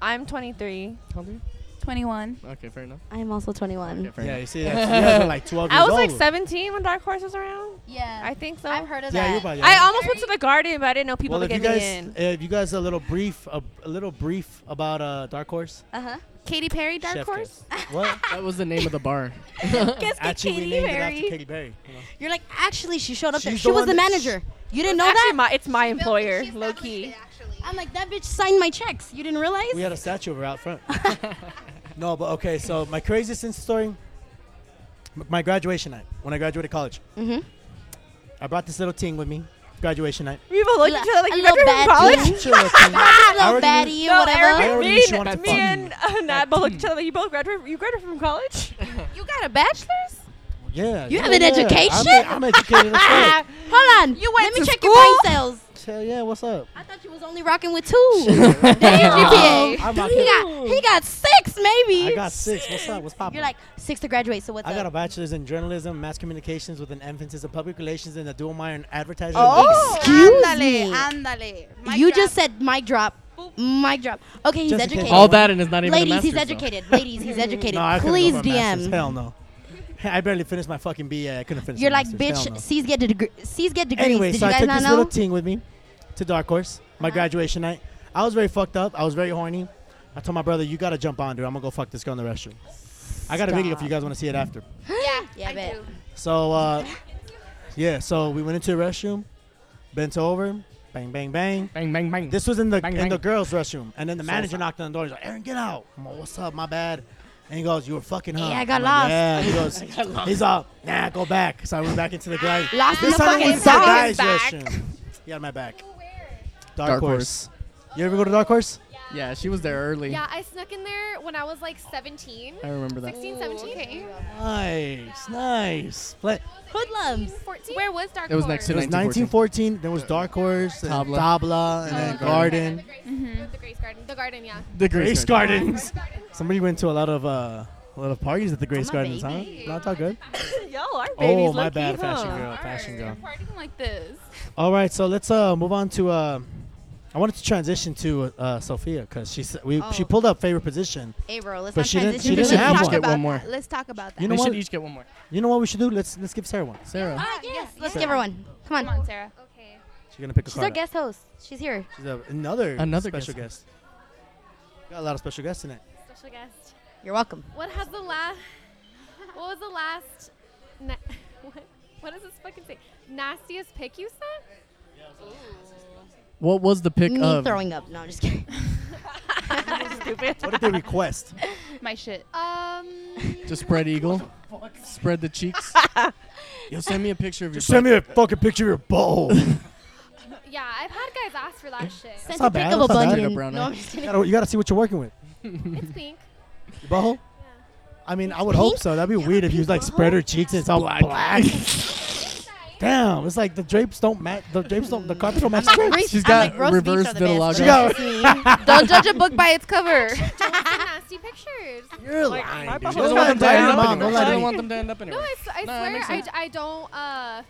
F: I'm 23.
C: How old are you?
E: 21.
C: Okay, fair enough.
D: I'm also 21.
C: Okay, fair
A: Yeah,
C: enough.
A: you
F: [LAUGHS]
A: see, that's, you guys were like 12 years
F: I was
A: old.
F: like 17 when Dark Horse was around.
D: Yeah,
F: I think so.
D: I've heard of
A: Yeah,
D: that.
A: you're about.
F: I almost went to the garden, but I didn't know people
A: well,
F: to
A: if you
F: get
A: guys, uh,
F: me in.
A: if you guys a little brief, a, a little brief about uh, Dark Horse.
D: Uh
F: Uh-huh.
D: huh.
E: Katy Perry, Dark
A: Chef
E: Horse?
A: Kiss.
F: [LAUGHS]
A: What?
C: That was the name of the
D: [LAUGHS]
C: bar.
A: [LAUGHS] Actually, we named it after Katy Perry. you know.
D: You're like, actually, she showed up there.
A: She's
D: She
A: the
D: was
A: one
D: the
A: that-
D: manager. You didn't know
F: Actually,
D: that?
F: my, it's my employer, low key.
D: I'm like, that bitch signed my checks. You didn't realize?
A: We had a statue of her out
D: [LAUGHS]
A: front. no, but okay. So my craziest Insta story. m- My graduation night when I graduated college.
D: Mhm.
A: I brought this little ting with me. Graduation night.
F: We both looked at each other like
D: A
F: you
D: little
F: graduated [LAUGHS] from
D: bad
F: college.
D: teen.
A: Chill out,
D: [LAUGHS]
A: ting. I
D: Ah, Little
A: already knew-
D: baddie or whatever.
A: already
F: me
A: knew she
F: and
A: wanted
F: me
A: fun.
F: and uh, Nat both looked at each other. like, You both graduated. You graduated from college.
E: You got a bachelor's?
A: Yeah.
D: You
A: yeah,
D: have an
A: yeah.
D: education?
A: I'm, a, I'm educated.
D: [LAUGHS]
A: as
D: Ah, Hold on. You went Let me check your brain cells.
A: fuck. Hell yeah. What's up?
D: I thought you was only rocking with
A: [LAUGHS]
D: two. Damn.
A: I'm
D: he,
A: rocking.
D: got, he got six,
A: I
D: maybe.
A: got six. What's up? What's poppin'?
D: You're like, six to graduate, so what's
A: I got a
D: up?
A: bachelor's in journalism, mass communications with an emphasis in public relations and a dual minor in advertising.
F: Oh.
D: Excuse
E: Ándale,
D: me.
E: ándale. Mic
D: you
E: drop.
D: just said mic drop. Mic drop. Okay, he's
A: Just in case-
D: educated.
C: All that and it's not even a
D: Ladies,
C: master's,
D: he's
C: though.
D: educated. Ladies, he's
A: [LAUGHS]
D: educated.
A: No, I couldn't go
D: Please
A: for a master's.
D: DM.
A: Hell no. I barely finished my fucking BA. I couldn't finish.
D: You're
A: my
D: like,
A: master's. Hell
D: bitch,
A: no.
D: C's get, de- deg- C's get degrees.
A: Anyway,
D: Did
A: so
D: you
A: I
D: guys
A: took
D: not
A: this
D: know? Uh-huh.
A: little ting with me to Dark Horse, my graduation night. I was very fucked up. I was very horny. I told my brother, "You gotta jump on, dude. I'm gonna go fuck this girl in the restroom." I got a video if you guys want to see it after.
E: Yeah,
D: Yeah, I bet.
E: do.
A: So, uh, yeah. So we went into the restroom, bent over, Bang, bang, bang.
C: Bang, bang, bang.
A: This was in the
C: Bang,
A: in
C: bang.
A: the girls' restroom, and then the
C: So
A: manager
C: sorry.
A: knocked on the door. He's like, "Aaron, get out!" I'm like, "What's up? My bad." And he goes, "You were fucking hot."
D: Yeah, I got
A: I'm
D: [LAUGHS] lost.
A: Like, yeah. He goes, "He's all, nah, go back." So I went back into the guy.
D: Lost in
A: This
D: the
A: time it
D: fucking
A: was the
D: sauce.
A: guys'
E: back.
A: restroom. He had my back. Dark,
C: Dark
A: horse. You ever go to Dark Horse?
C: Yeah, she was there early.
H: Yeah, I snuck in there when I was like 17.
C: I remember that.
H: 16,
E: Ooh,
H: 17?
E: okay.
A: Nice, nice. Play.
D: Hoodlums.
H: 14?
E: Where was Dark
C: It was next
A: It
E: Horse?
C: to
A: was 1914. There was Dark Horse, and
C: Tabla.
A: Tabla, and then
C: Oh, okay.
A: Garden.
H: The Grace, the Grace Garden. The Garden, yeah.
C: The
A: Grace
C: Grace Garden.
A: Gardens. Somebody went to a lot of uh, a lot of parties at the Grace
D: I'm a
A: Gardens, huh?
D: baby.
A: Not all good.
F: Y'all are babies.
A: Oh, my
F: low-key,
A: bad,
F: huh?
A: fashion girl, fashion girl.
E: Partying like this.
A: All right, so let's uh move on to uh, I wanted to transition to uh Sophia because she s- we
E: Oh.
A: she pulled up favorite position.
E: Hey, bro, let's
A: But
E: not
A: she didn't-
E: transition.
A: she
E: Let's
A: didn't have
E: talk
A: one.
C: Get
E: about
C: one more.
E: that. Let's talk about that.
A: You
C: They
A: know
C: should
A: what?
C: each get one more.
A: You know what we should do? Let's let's give Sarah one.
C: Sarah.
D: Ah, yes. Let's
E: yeah.
D: give her one. Come on.
E: Come on, Sarah.
H: Okay.
A: She's gonna pick a
D: She's
A: card
D: our
A: up.
D: guest host. She's here.
A: She's a, another
C: Another
A: special guest.
C: guest.
A: Got a lot of special guests tonight.
H: Special guest.
D: You're welcome.
H: What has the last. What was the last. Na- what? What does this fucking say? Nastiest pick you sent?
C: What was the pick
D: Me
A: um,
C: of?
D: throwing up. No, I'm just kidding.
A: What did they request?
E: My shit.
C: [LAUGHS]
H: Um.
C: The spread eagle. Spread the cheeks. Yo, send me a picture of your.
A: Just send me a fucking picture of your bowl. you,
H: yeah, I've had guys ask for that shit.
D: Sent
A: not
D: a pic
A: bad,
D: of a
A: that's not bad.
D: bunion.
C: Like a brown
D: No,
C: eye.
D: I'm just kidding.
A: gotta, you gotta see what you're working with.
H: It's pink.
A: Your butthole? I mean, I would hope so. That'd be weird if you like spread her cheeks and it's all black. [LAUGHS] Damn, it's like the drapes don't match. The drapes don't. The carpet don't match. the drapes.
C: She's
B: I'm
C: got
B: like, roast beefs
C: reverse
B: are the best,
C: vitiligo.
B: but
A: She got- [LAUGHS]
E: Don't judge a book by its cover.
H: It's the nasty pictures.
A: You're
F: Like,
A: lying,
F: my
A: dude. She
F: butthole's
A: doesn't want them to
F: kinda
A: end up
F: brown.
A: in her. She
C: I
F: Don't let
A: doesn't
C: don't
F: it-
A: want
C: want them to end up anywhere.
H: No, it's, I
C: No, that
H: swear,
C: makes
H: I,
C: sense.
H: I don't, uh,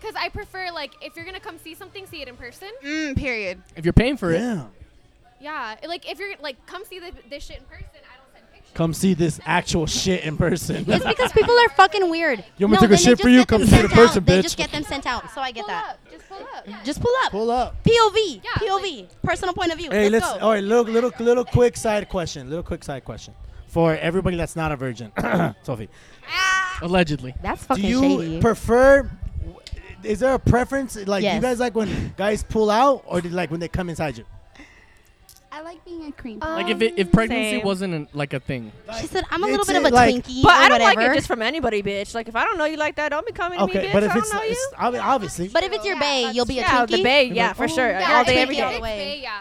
H: because I prefer, like, if you're going to come see something, see it in person.
E: Mm, period.
C: If you're paying for it,
A: Damn.
H: Yeah. Like, if you're, like, come see the, this shit in person, I don't send pictures.
A: Come see this actual shit in person.
D: It's because people are fucking weird.
A: You want me to take a
D: No, then they
A: shit for
D: just
A: you?
D: get them
A: Come see it in
D: sent out.
A: person,
D: They
A: bitch.
D: just get them sent out. So I get
H: pull
D: that. Mm-hmm.
H: up. Just pull up. Yeah.
D: Just pull
A: [LAUGHS]
D: up.
A: Pull up.
D: POV.
H: Yeah,
D: POV. Personal point of view.
A: Hey,
D: let's,
A: let's.
D: go.
A: All right, look, little, little quick side question. Little quick side question for everybody that's not a virgin. [CLEARS THROAT] Sophie,
C: allegedly.
B: That's
A: do
B: fucking
A: you
B: shady.
A: prefer? Is there a preference? Like, do you
B: Yes.
A: guys like when guys pull out, or do you like when they come inside you?
B: I like being a creep.
E: Uh,
C: Like if it, if pregnancy
F: same.
C: wasn't an, like a thing.
D: She said, I'm a
A: It's
D: little bit of
A: a-
D: a
A: like-
D: Twinkie.
F: But
D: or
F: I don't
D: whatever.
F: like it just from anybody, bitch. Like if I don't know you like that, don't be coming to me,
A: Okay,
F: bitch.
A: but if
F: I don't
A: it's,
F: know
A: it's
F: you.
A: I mean, obviously.
D: But if it's your
H: Yeah,
D: bae,
H: that's-
D: you'll be a
F: Yeah,
D: Twinkie.
F: the bay,
A: You're
F: yeah,
A: like,
F: for sure.
H: Yeah,
F: All day,
H: if
F: every
H: it's-
D: all
H: if
D: the
F: day.
H: it's
D: way.
H: bay, yeah.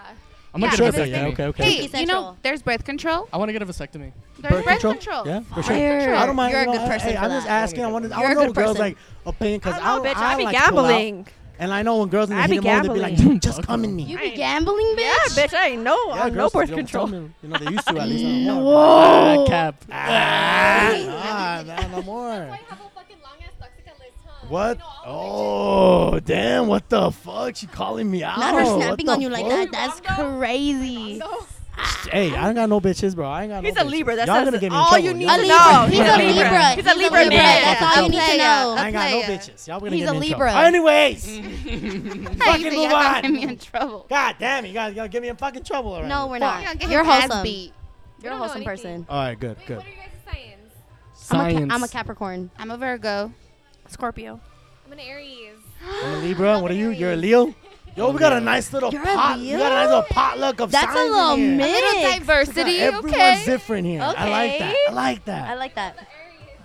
C: I'm gonna
E: Yeah,
C: get a
A: okay, yeah,
C: vasectomy.
A: okay, okay.
E: Hey, you know,
D: Central.
E: there's birth [LAUGHS] control.
C: I want to get a vasectomy.
E: There's birth, control.
A: Yeah, for sure.
D: Fire.
A: I don't mind.
D: You're
A: you
D: a
A: know,
D: good person
A: Hey,
D: for
A: I'm just
D: that.
A: asking. I wanted.
D: You're
A: I
D: a
A: don't know
D: good
A: girls
D: person.
A: like opinion because
F: I don't know, bitch. I, be
A: like to pull out.
F: gambling.
A: And I know when girls in the
F: I
A: heat
F: be
A: of the moment, they be
F: gambling.
A: like, just come in me.
D: You be gambling,
F: Yeah,
D: bitch?
F: bitch. I ain't no,
A: Yeah,
F: I'm no
A: girls
F: birth
A: don't
F: control.
A: tell me. You know, they used to at least.
D: [LAUGHS]
C: Ah, cap.
A: Ah, nah, no more.
H: Why have a fucking long ass toxic list, huh?
A: What?
H: You know, all
A: Oh, damn. What the fuck? She calling me out.
D: Not her
A: What
D: snapping
A: the
D: on you like
A: fuck?
D: that. That's crazy.
H: the bitches.
A: Hey, I don't got no bitches, bro. I ain't got
F: He's
A: no
F: a
A: bitches.
F: Libra. That
A: Y'all
F: says
A: gonna get me in
F: all
A: trouble.
F: you
A: Y'all
F: need
D: A
A: gonna-
F: to
D: Libra.
F: know.
D: He's
A: Yeah.
D: a Libra.
F: He's a Libra man.
D: That's all you need to
E: Player.
D: know.
A: I ain't got no
E: player.
A: bitches. Y'all gonna
D: He's
A: get
D: a
A: me in
D: Libra.
A: trouble. Anyways,
E: Hey,
A: fucking
E: so y'all
A: move
E: got me
A: on.
E: in trouble.
A: God damn it, you guys gonna get me in fucking trouble already.
D: No, we're
E: You're gonna
D: not.
E: get
D: You're
E: his ass
D: wholesome.
E: beat.
D: You're a
H: don't know
D: wholesome
H: anything.
D: person.
A: All right, good,
H: Wait,
A: good.
H: what are you guys' science?
D: I'm a,
C: Science.
D: ca- I'm a Capricorn.
E: I'm a Virgo.
F: Scorpio.
H: I'm an Aries.
A: I'm a Libra. What are you? You're a Leo. Yo, we got a nice little
D: You're a
A: pot. We got a
D: Leo?
A: nice little potluck of
D: That's a
A: signs in
D: little
A: here.
D: mix.
E: Little diversity,
A: Everyone's
E: okay?
A: different here. I like that. I like that.
D: I like that.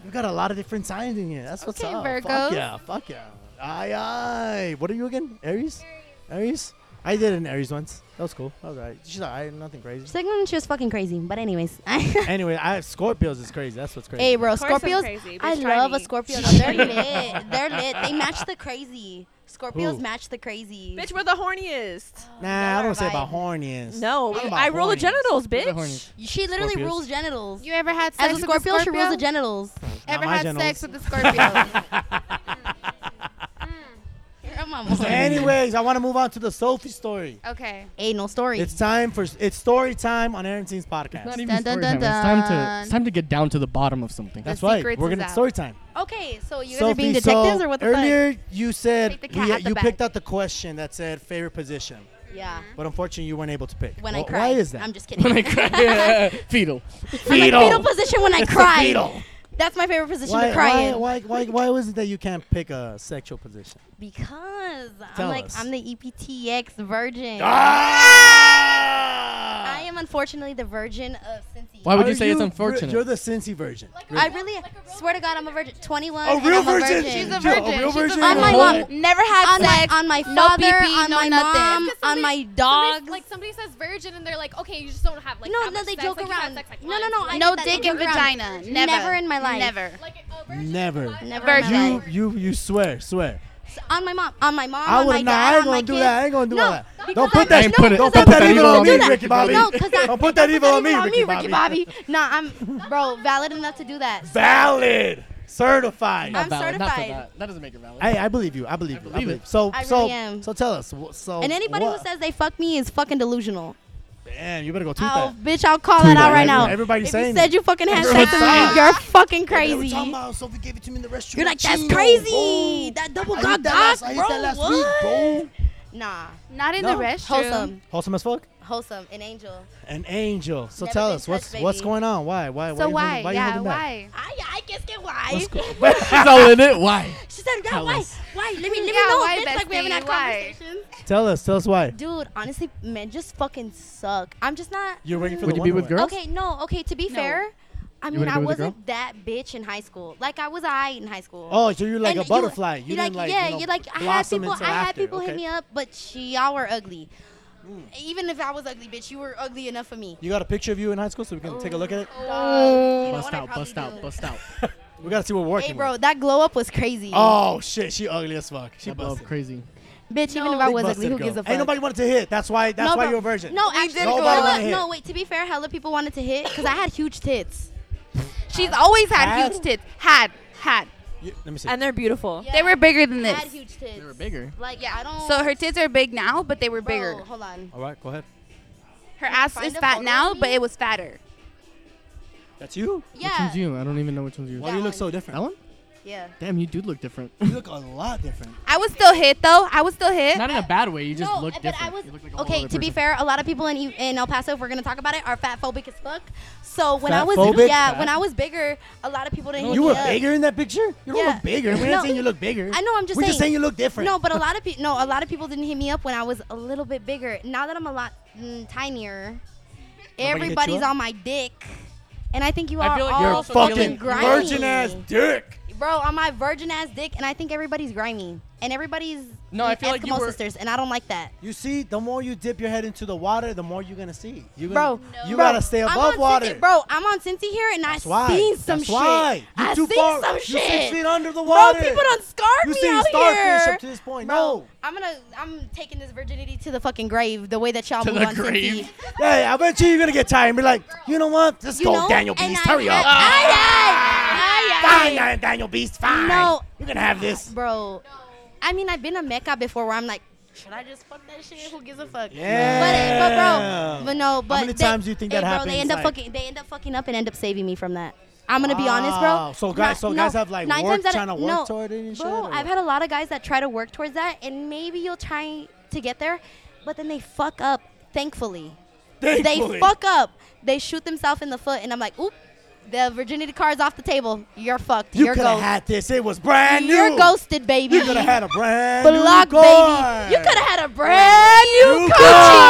A: we got a lot of different signs in here. That's what's
E: Okay,
A: up. Fuck
E: Virgos.
A: yeah. Fuck yeah. Aye aye. What are you again? Aries. Aries. I did an Aries once. That was cool. That was alright. She's alright. Nothing
D: She's
A: crazy.
D: like, mm, she was fucking crazy. But anyways. [LAUGHS]
A: anyway, I Scorpios is crazy. That's what's crazy.
D: hey, bro,
F: Of course I'm
D: Scorpios.
F: crazy,
D: I
F: bitch, try
D: love
F: me.
D: a [LAUGHS] Scorpio. though. They're lit. They're lit. They match the crazy. Scorpios
A: Who?
D: match the crazy.
F: Bitch, we're the horniest.
A: nah, I don't say about
D: vibe.
A: horniest.
F: No,
A: What about
F: I roll the
A: hornies?
C: Those
F: genitals,
C: are
F: bitch.
C: horny.
D: she literally
A: Scorpios.
D: rules genitals.
E: You ever had sex
D: As a
E: with
D: Scorpio, she rules the genitals.
A: Not
E: Ever
A: my
E: had
A: genitals.
E: sex with a [LAUGHS] Scorpio?
D: You're my mom.
A: Anyways, I want to move on to the Sophie story.
E: okay.
D: Hey, no story.
A: It's time for it's story time on Aaron Teen's podcast.
C: Not even
E: Dun, dun,
C: story
E: dun,
C: time. It's time to
E: dun.
C: it's time to get down to the bottom of something.
A: That's
E: The
A: right.
E: secrets
A: We're
E: is
A: gonna
E: out.
A: story time.
D: okay, so you guys
A: Sophie,
D: are being detectives
A: so
D: or what the
A: earlier you said
E: Take the
A: we-
E: cat out the
A: you
E: bag.
A: picked out the question that said favorite position,
D: fuck? Yeah.
A: but unfortunately you weren't able to pick.
D: When I
A: Wh- [LAUGHS]
D: cry.
A: Why is that?
D: I'm just kidding.
C: When I cry, fetal.
D: I'm like fetal position when I cry.
A: Fetal.
D: That's my favorite position
A: Why,
D: to cry
A: why,
D: in.
A: why, why, why was it that you can't pick a sexual position?
D: Because I'm
A: Tell
D: like
A: us. Ah!
D: I'm the E EPTX virgin. I am unfortunately the virgin of Cincy.
C: Why Ah! would you
A: Are
C: say it's
A: re-
C: unfortunate?
A: You're the Cincy version.
D: I really swear to God I'm a virgin. 21.
A: A
D: and
A: real
D: I'm a
A: virgin.
D: virgin.
E: She's a
A: Yo,
E: virgin.
A: a real
E: She's a
A: virgin.
D: On my
A: Whole-
D: mom.
E: Never had
D: on my,
E: sex.
D: on my
E: no
D: father,
E: pee-pee,
D: on
E: no
D: my
E: nothing.
D: mom,
H: Because
D: on
H: somebody-
D: my
H: Somebody's-
D: dogs.
H: Like somebody says virgin, and they're like, okay, you just don't have like.
D: No,
H: that
D: no,
H: much
D: they
H: sex,
D: joke
H: like, you
D: around.
H: had sex, like,
D: no, no,
H: once,
D: no.
H: like,
D: I
E: No
D: did that
E: dick
D: joke
E: and
D: around.
E: vagina. Never.
D: Never in my life.
E: Never.
H: Like a virgin.
A: Never.
H: But-
D: Never
E: Virgin.
D: In my
A: You,
D: life.
A: you, you swear, swear.
D: So on my mom, on my mom,
A: I
D: on my
A: would
D: dad,
A: not. I ain't
D: on my
A: gonna do
D: kids.
A: that. I ain't gonna do
D: No,
A: all that.
D: because
A: Don't put that.
D: I-
C: Ain't put
D: no,
C: it-
A: Don't
D: because
A: put that
D: I-
A: evil on
D: don't do
A: me,
D: that.
A: Ricky Bobby.
D: No, because I-
A: Don't put that evil on me,
D: don't
A: Ricky
D: do that on me,
A: Bobby.
D: Ricky Bobby. Nah, I'm bro, valid enough to do
A: [LAUGHS]
D: that.
A: Valid, certified.
D: I'm
C: valid, Not for
D: certified.
C: that. that doesn't make it valid.
A: Hey, I believe you. I believe you. I
C: believe
A: believe.
C: it.
A: So,
D: I
A: so,
D: really am.
A: so tell us. wh- So,
D: And anybody
A: what-
D: who says they fuck me is fucking delusional.
A: "Damn, you better go tweet
D: I'll,
A: that."
D: bitch, I'll call
A: Tweet
D: that out
A: that.
D: right now.
A: Everybody's
D: if
A: saying
D: you
A: that.
D: said you fucking had
A: Everyone's
D: sex with me,
A: saying
D: you're fucking
A: They were
D: crazy.
A: talking about Sophie gave it to me in the restaurant.
D: You're like, that's
A: Chino,
D: crazy.
A: bro.
D: That double
A: I
D: cock
A: ate that last, I
D: cock,
A: ate
D: bro.
A: that last
D: what?
A: week, bro.
D: Nah,
E: Not in
A: No.
E: the restroom.
D: wholesome,
A: Wholesome as fuck.
D: wholesome, an angel.
A: An angel. So
D: Never
A: tell
D: been
A: us what's
D: touched,
A: what's
D: baby.
A: going on. Why? Why?
E: So
A: you
E: why?
A: holding- why? you
E: yeah,
A: holding back?
E: why?
D: I, I guess get why.
A: What's go-
C: It's all in it. Why?
D: [LAUGHS] She said, yeah,
C: Tell
D: why?
C: us.
D: Why? Let me, let me
E: Yeah,
D: know,
E: why,
D: bitch, like we haven't had
E: bestie? Why?
D: conversations.
A: [LAUGHS] tell us. Tell us why.
D: Dude, honestly, men just fucking suck. I'm just not.
A: You're waiting for
C: Would
A: the
C: you be
A: Wonder
C: with
A: Woman.
C: girls?
D: Okay, no, okay, to be fair, I mean,
C: wouldn't
D: I
C: go with a girl?
D: wasn't that bitch in high school. Like, I was I in high school.
A: Oh, so you're like
D: And
A: a butterfly. You,
D: you
A: didn't like,
D: yeah,
A: you, know,
D: are like I had
A: blossom
D: people I
A: until
D: had
A: after.
D: people
A: okay. Hmm.
D: hit me up, but she y'all were ugly. Even if I was ugly, bitch, you were ugly enough for me.
A: You got a picture of you in high school, so we can take a look at it.
D: Oh,
C: Bust out, bust out, bust out.
A: We gotta see what we're working
D: Hey, bro,
A: with.
D: that glow up was crazy.
A: Oh shit, she ugly as fuck. She
C: That blow up
A: busted.
C: crazy.
D: bitch, even if I
A: Big
D: was
A: busted
D: ugly, who
A: girl.
D: gives a fuck?
A: Ain't nobody wanted to hit. That's why. That's
D: no,
A: why
D: bro.
A: you're a virgin.
D: No,
A: go
D: actually, no,
A: up.
D: no,
A: Nobody wanna
D: no,
A: hit.
D: wait. To be fair, hella people wanted to hit because I had huge tits.
E: She's always had,
A: Had?
E: huge tits. Had. Had.
A: You- let me see.
F: And they're beautiful.
E: They were bigger than
D: I
E: this.
D: had huge tits.
C: They were bigger.
D: Like yeah, I don't.
E: So her tits are big now, but they were
D: bro,
E: bigger.
D: Hold on.
A: All right, go ahead.
E: Her ass
D: find
E: is
D: a
E: fat
D: photo
E: now,
D: of
E: but
D: me?
E: it was fatter.
A: That's you.
C: Which
D: Yeah.
C: one's you? I don't even know which one's yours.
A: Why do
D: That
A: you look
D: one.
A: so different?
C: That one?
D: Yeah.
C: Damn, you do look different.
A: You look a lot different.
E: I was still hit though. I was still hit.
C: Not in a bad way. You just
D: no,
C: look
D: but
C: different.
D: I was
C: You look like a whole
D: okay.
C: other
D: To be
C: person.
D: fair, a lot of people in E- in El Paso, if we're gonna talk about it, are fat phobic as fuck. So when I was
A: Fatphobic?
D: yeah,
A: Fat.
D: when I was bigger, a lot of people didn't. hit
A: You
D: me
A: were
D: up.
A: bigger in that picture. You don't
D: Yeah.
A: look bigger. We're
D: No.
A: not saying you look bigger.
D: I know. I'm just
A: We're
D: saying.
A: just saying you look different.
D: No,
A: [LAUGHS]
D: but a lot of people. No, a lot of people didn't hit me up when I was a little bit bigger. Now that I'm a lot mm, tinier,
A: hit you
D: everybody's
A: up?
D: on my dick, and I think you
C: I
D: are
C: feel like
D: all
C: you're
A: You're a
C: also
A: fucking
C: feeling-
D: grimy.
A: virgin ass dick.
D: bro on my virgin ass dick, and I think everybody's grimy, and everybody's
C: No, I feel
D: Eskimo
C: like you were-
D: sisters, and I don't like that.
A: You see, the more you dip your head into the water, the more you're gonna see. You
D: Bro,
A: you
D: Bro,
A: gotta stay
D: I'm
A: above
D: on
A: water.
D: Cincy, bro, I'm on Cincy here, and
A: That's
D: I've
A: why.
D: seen some
A: That's
D: shit.
A: why. You
D: I've
A: too
D: seen
A: far.
D: some
A: you
D: shit.
A: six feet under the
D: bro,
A: water.
D: people don't scarf
A: you
D: me
A: seen
D: out
A: starfish
D: here.
A: up to this point.
D: Bro, I'm gonna, I'm taking this virginity to the fucking grave. The way that y'all
C: To
D: move
C: [LAUGHS] the
D: on
C: grave.
D: Cincy.
A: No. Hey, I bet you you're gonna get tired and be like, you know what? Let's
D: You
A: go,
D: know?
A: Daniel
D: And
A: Beast.
D: I
A: Hurry up.
D: had- Aye, aye, aye,
A: Fine, uh, Daniel Beast. Fine.
D: No.
A: We're gonna have this.
D: Bro, I mean, I've been a Mecca before where I'm like, should I just fuck that shit? Who gives a fuck?
A: Yeah.
D: eh, But, but bro, but no, but
A: many times do you think
D: hey,
A: that
D: bro,
A: happens,
D: They end up
A: like-
D: fucking, they end up fucking up and end up saving me from that. I'm gonna be honest, bro.
A: Wow. So guys- so guys have, like,
D: nine
A: work-
D: times out
A: tryna
D: of-
A: work
D: no,
A: toward it and
D: bro,
A: shit, or
D: I've had a lot of guys that try to work towards that, and maybe you'll try to get there, but then they fuck up. Thankfully,
A: Thankfully.
D: they fuck up. They shoot themselves in the foot, and I'm like, oop, the virginity card's off the table. You're fucked.
A: You
D: are
A: could have
D: ghosted.
A: had this. It was brand new.
D: You're ghosted, baby.
A: You could have had a brand
D: Block,
A: new car.
D: baby. You could have had a brand new
A: New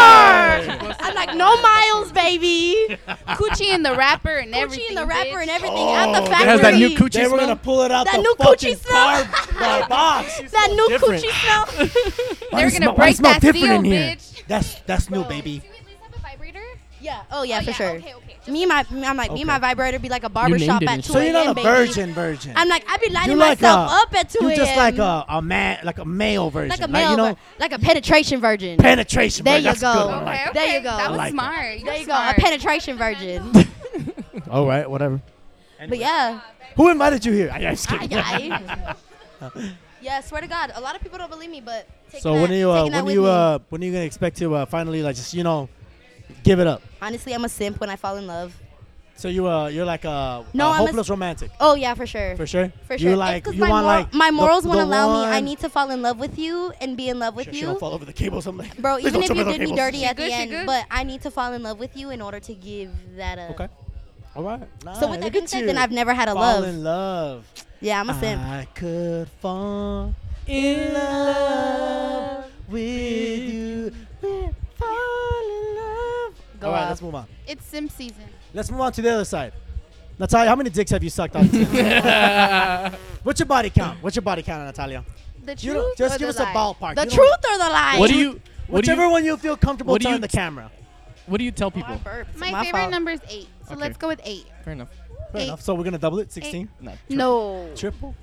D: coochie. I'm like, no miles, baby.
E: Coochie and the rapper and
D: Coochie
E: everything.
D: and the rapper and
E: bitch.
D: everything at the
A: Oh,
D: factory.
A: that
C: It has that new
A: They
C: coochie
A: were
C: smell.
A: gonna pull it out
D: That
A: the
D: new
A: fucking
D: coochie smell.
A: [LAUGHS] bar- the box.
D: That new
A: different. [LAUGHS]
D: coochie smell.
A: Why
E: They're
A: does it
E: gonna
A: why does
E: break
A: it smell
E: that
A: different
E: seal,
A: in here?
E: bitch.
A: That's that's new, baby.
H: Oh, Do you at least have a vibrator?
D: yeah. Oh yeah,
H: Oh,
D: for
H: yeah,
D: sure.
H: okay, okay. Just-
D: Me and my, me- I'm like, me and my vibrator be like a barber
C: You named
D: shop
C: it
D: at
C: and
D: 2
A: So you're not
D: a.m.
A: a
D: baby.
A: virgin, virgin.
D: I'm like, I be lining
A: You're like
D: myself
A: a-
D: up at 2 a.m.
A: You're just like a, a man, like a male version,
D: like a male,
A: you know,
D: vir- like a penetration virgin.
A: penetration.
D: There
A: bro,
D: you
A: that's a
D: go.
A: Good one. I like
E: Okay,
A: that.
E: okay.
D: There you go.
E: That
D: I
E: was
A: like that.
E: smart. You're
D: there you go, a
E: smart.
D: penetration virgin.
A: All right, whatever.
D: [LAUGHS] but yeah.
A: Who invited you here? [LAUGHS] I, am just kidding.
D: Ah, yeah, I [LAUGHS] swear to God, a lot of people don't believe me, but taking
A: so
D: that,
A: when are you uh,
D: taking that
A: when are
D: with
A: you
D: me.
A: uh, when are you gonna expect to uh, finally like just you know give it up?
D: honestly, I'm a simp when I fall in love.
A: So you uh you're like a,
D: No,
A: a
D: I'm a s-
A: hopeless romantic
D: Oh yeah, for sure,
A: for sure.
D: for
A: You
D: sure.
A: like
D: it's 'cause
A: you
D: my,
A: want
D: mor-
A: like
D: my morals
A: the,
D: won't
A: the
D: allow me. I
A: one-
D: need to fall in love with you and be in love with
A: Shit, She don't
D: you,
A: fall over the cables. I'm like,
D: bro.
A: please
D: Even
A: [LAUGHS] don't
D: if
A: trip
D: you
A: over the
D: did me
A: cables.
D: dirty
E: She
D: at
E: good,
D: the
E: she
D: end,
E: good?
D: but I need to fall in love with you in order to give that up.
A: Okay. All right.
D: So with that being said, then I've never had a
A: fall
D: love.
A: in love.
D: Yeah, I'm a simp.
A: I could fall in love with you. Fall in love.
D: Go
A: All right,
D: up.
A: let's move on.
E: It's sim season.
A: Let's move on to the other side. Natalia, how many dicks have you
E: [LAUGHS]
A: sucked on? What's your body count? What's your body count, Natalia?
E: The
A: You
E: truth.
A: know, just
E: or
A: give
E: the
A: us
E: lie?
A: a ballpark.
D: The
A: You don't-
D: truth or the lie?
C: What do you what do
A: Whichever
C: you
A: one you feel comfortable
C: what do you
A: telling the
C: t-
A: camera.
C: what do you tell
A: Ah.
F: My
C: people?
F: burp.
E: My,
D: my
E: favorite
D: fault.
E: number is eight. So
C: Okay.
E: let's go with eight.
C: Fair enough.
A: Fair
E: Eight.
A: enough. So we're gonna double it. Sixteen.
C: No.
E: No.
A: Triple.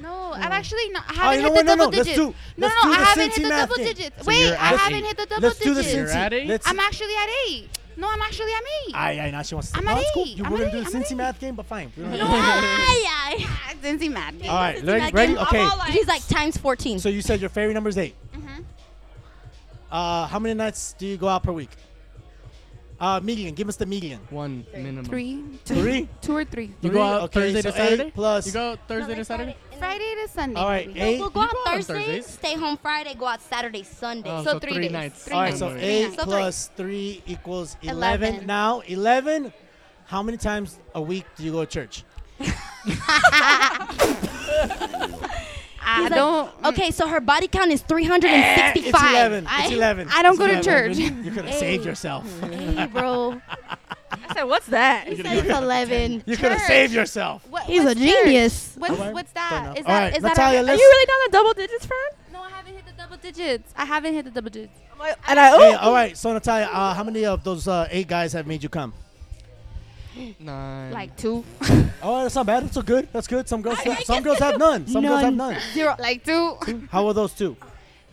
E: No, I've actually not, I
A: Oh,
E: haven't
A: you know
E: hit
A: what? No,
E: the
A: no,
E: double
A: let's
E: digits.
A: do-
E: no,
A: let's
E: no,
A: do
E: I
A: the
E: haven't hit
A: Cincy
E: the
A: math
E: double
A: thing.
E: digits.
C: So
E: Wait,
C: you're
E: I
C: at
E: haven't
C: eight.
E: hit the double
A: Let's do the
E: digits.
C: You're
A: Cincy.
C: at eight?
A: Let's.
E: I'm actually at eight. No, I'm actually at eight.
A: Aye, aye, now she wants to.
E: I'm
A: no,
E: at
A: it's cool.
E: eight.
A: You
E: I'm
A: were
E: at
A: gonna do
E: eight.
A: the
E: I'm at
A: Cincy
E: eight.
A: math game, but fine. We don't have-
D: [LAUGHS] Ay, ay.
E: Ah, Cincy Madness.
A: All
E: [LAUGHS]
A: right,
D: Cincy
A: ready?
D: math
A: ready?
D: game.
A: Okay.
D: He's like times 14.
A: So you said your favorite number is 8
E: Mhm.
A: Uh, how many nights do you go out per week? Uh, median. Give us the median.
C: One minimum.
E: Three, two,
A: Three.
E: two or three.
C: You
A: Three,
C: go out
A: okay,
C: Thursday
A: so
C: to Saturday?
A: eight plus-
C: You go out Thursday to Saturday?
E: Friday to Sunday.
A: All right,
E: we go.
A: eight.
D: We'll go
C: You
D: out
C: go out on
D: Thursday,
C: Thursdays.
D: stay home Friday, go out Saturday, Sunday.
C: Oh,
E: So three days.
C: nights.
E: Three
A: All right, so
E: nights.
A: eight
E: So three.
A: plus three equals 11.
E: Eleven.
A: Now, 11, how many times a week do you go to church?
E: I
D: He's like,
E: don't.
D: Okay, so her body count is 365.
A: It's 11.
D: I-
A: it's 11.
E: Eh, I don't
A: It's
E: go to
A: 11.
E: church.
A: You, you could have saved
E: [LAUGHS]
A: yourself.
D: Hey, bro.
F: I said, what's that?
D: He said it's 11.
A: You could have
E: Church.
A: saved yourself.
E: What,
D: He's a
E: what's
D: genius.
E: third? What's,
A: Okay.
E: what's
A: Fair
E: that?
A: enough.
E: Is
A: All
E: that,
A: right,
E: is that
A: Natalia,
E: a-
F: Are
A: let's-
F: you really down the double digits, friend?
E: No, I haven't hit the double digits. I haven't hit the double digits.
F: I'm like- And I, oh,
A: Hey, all right, so Natalia, uh, how many of those uh, eight guys have made you come?
C: Nine.
E: Like two.
A: Oh, that's not bad. That's so good. That's good. Some girls, some girls have none. Some girls have none.
E: [LAUGHS] [LAUGHS] Zero. Like two.
A: How were those two?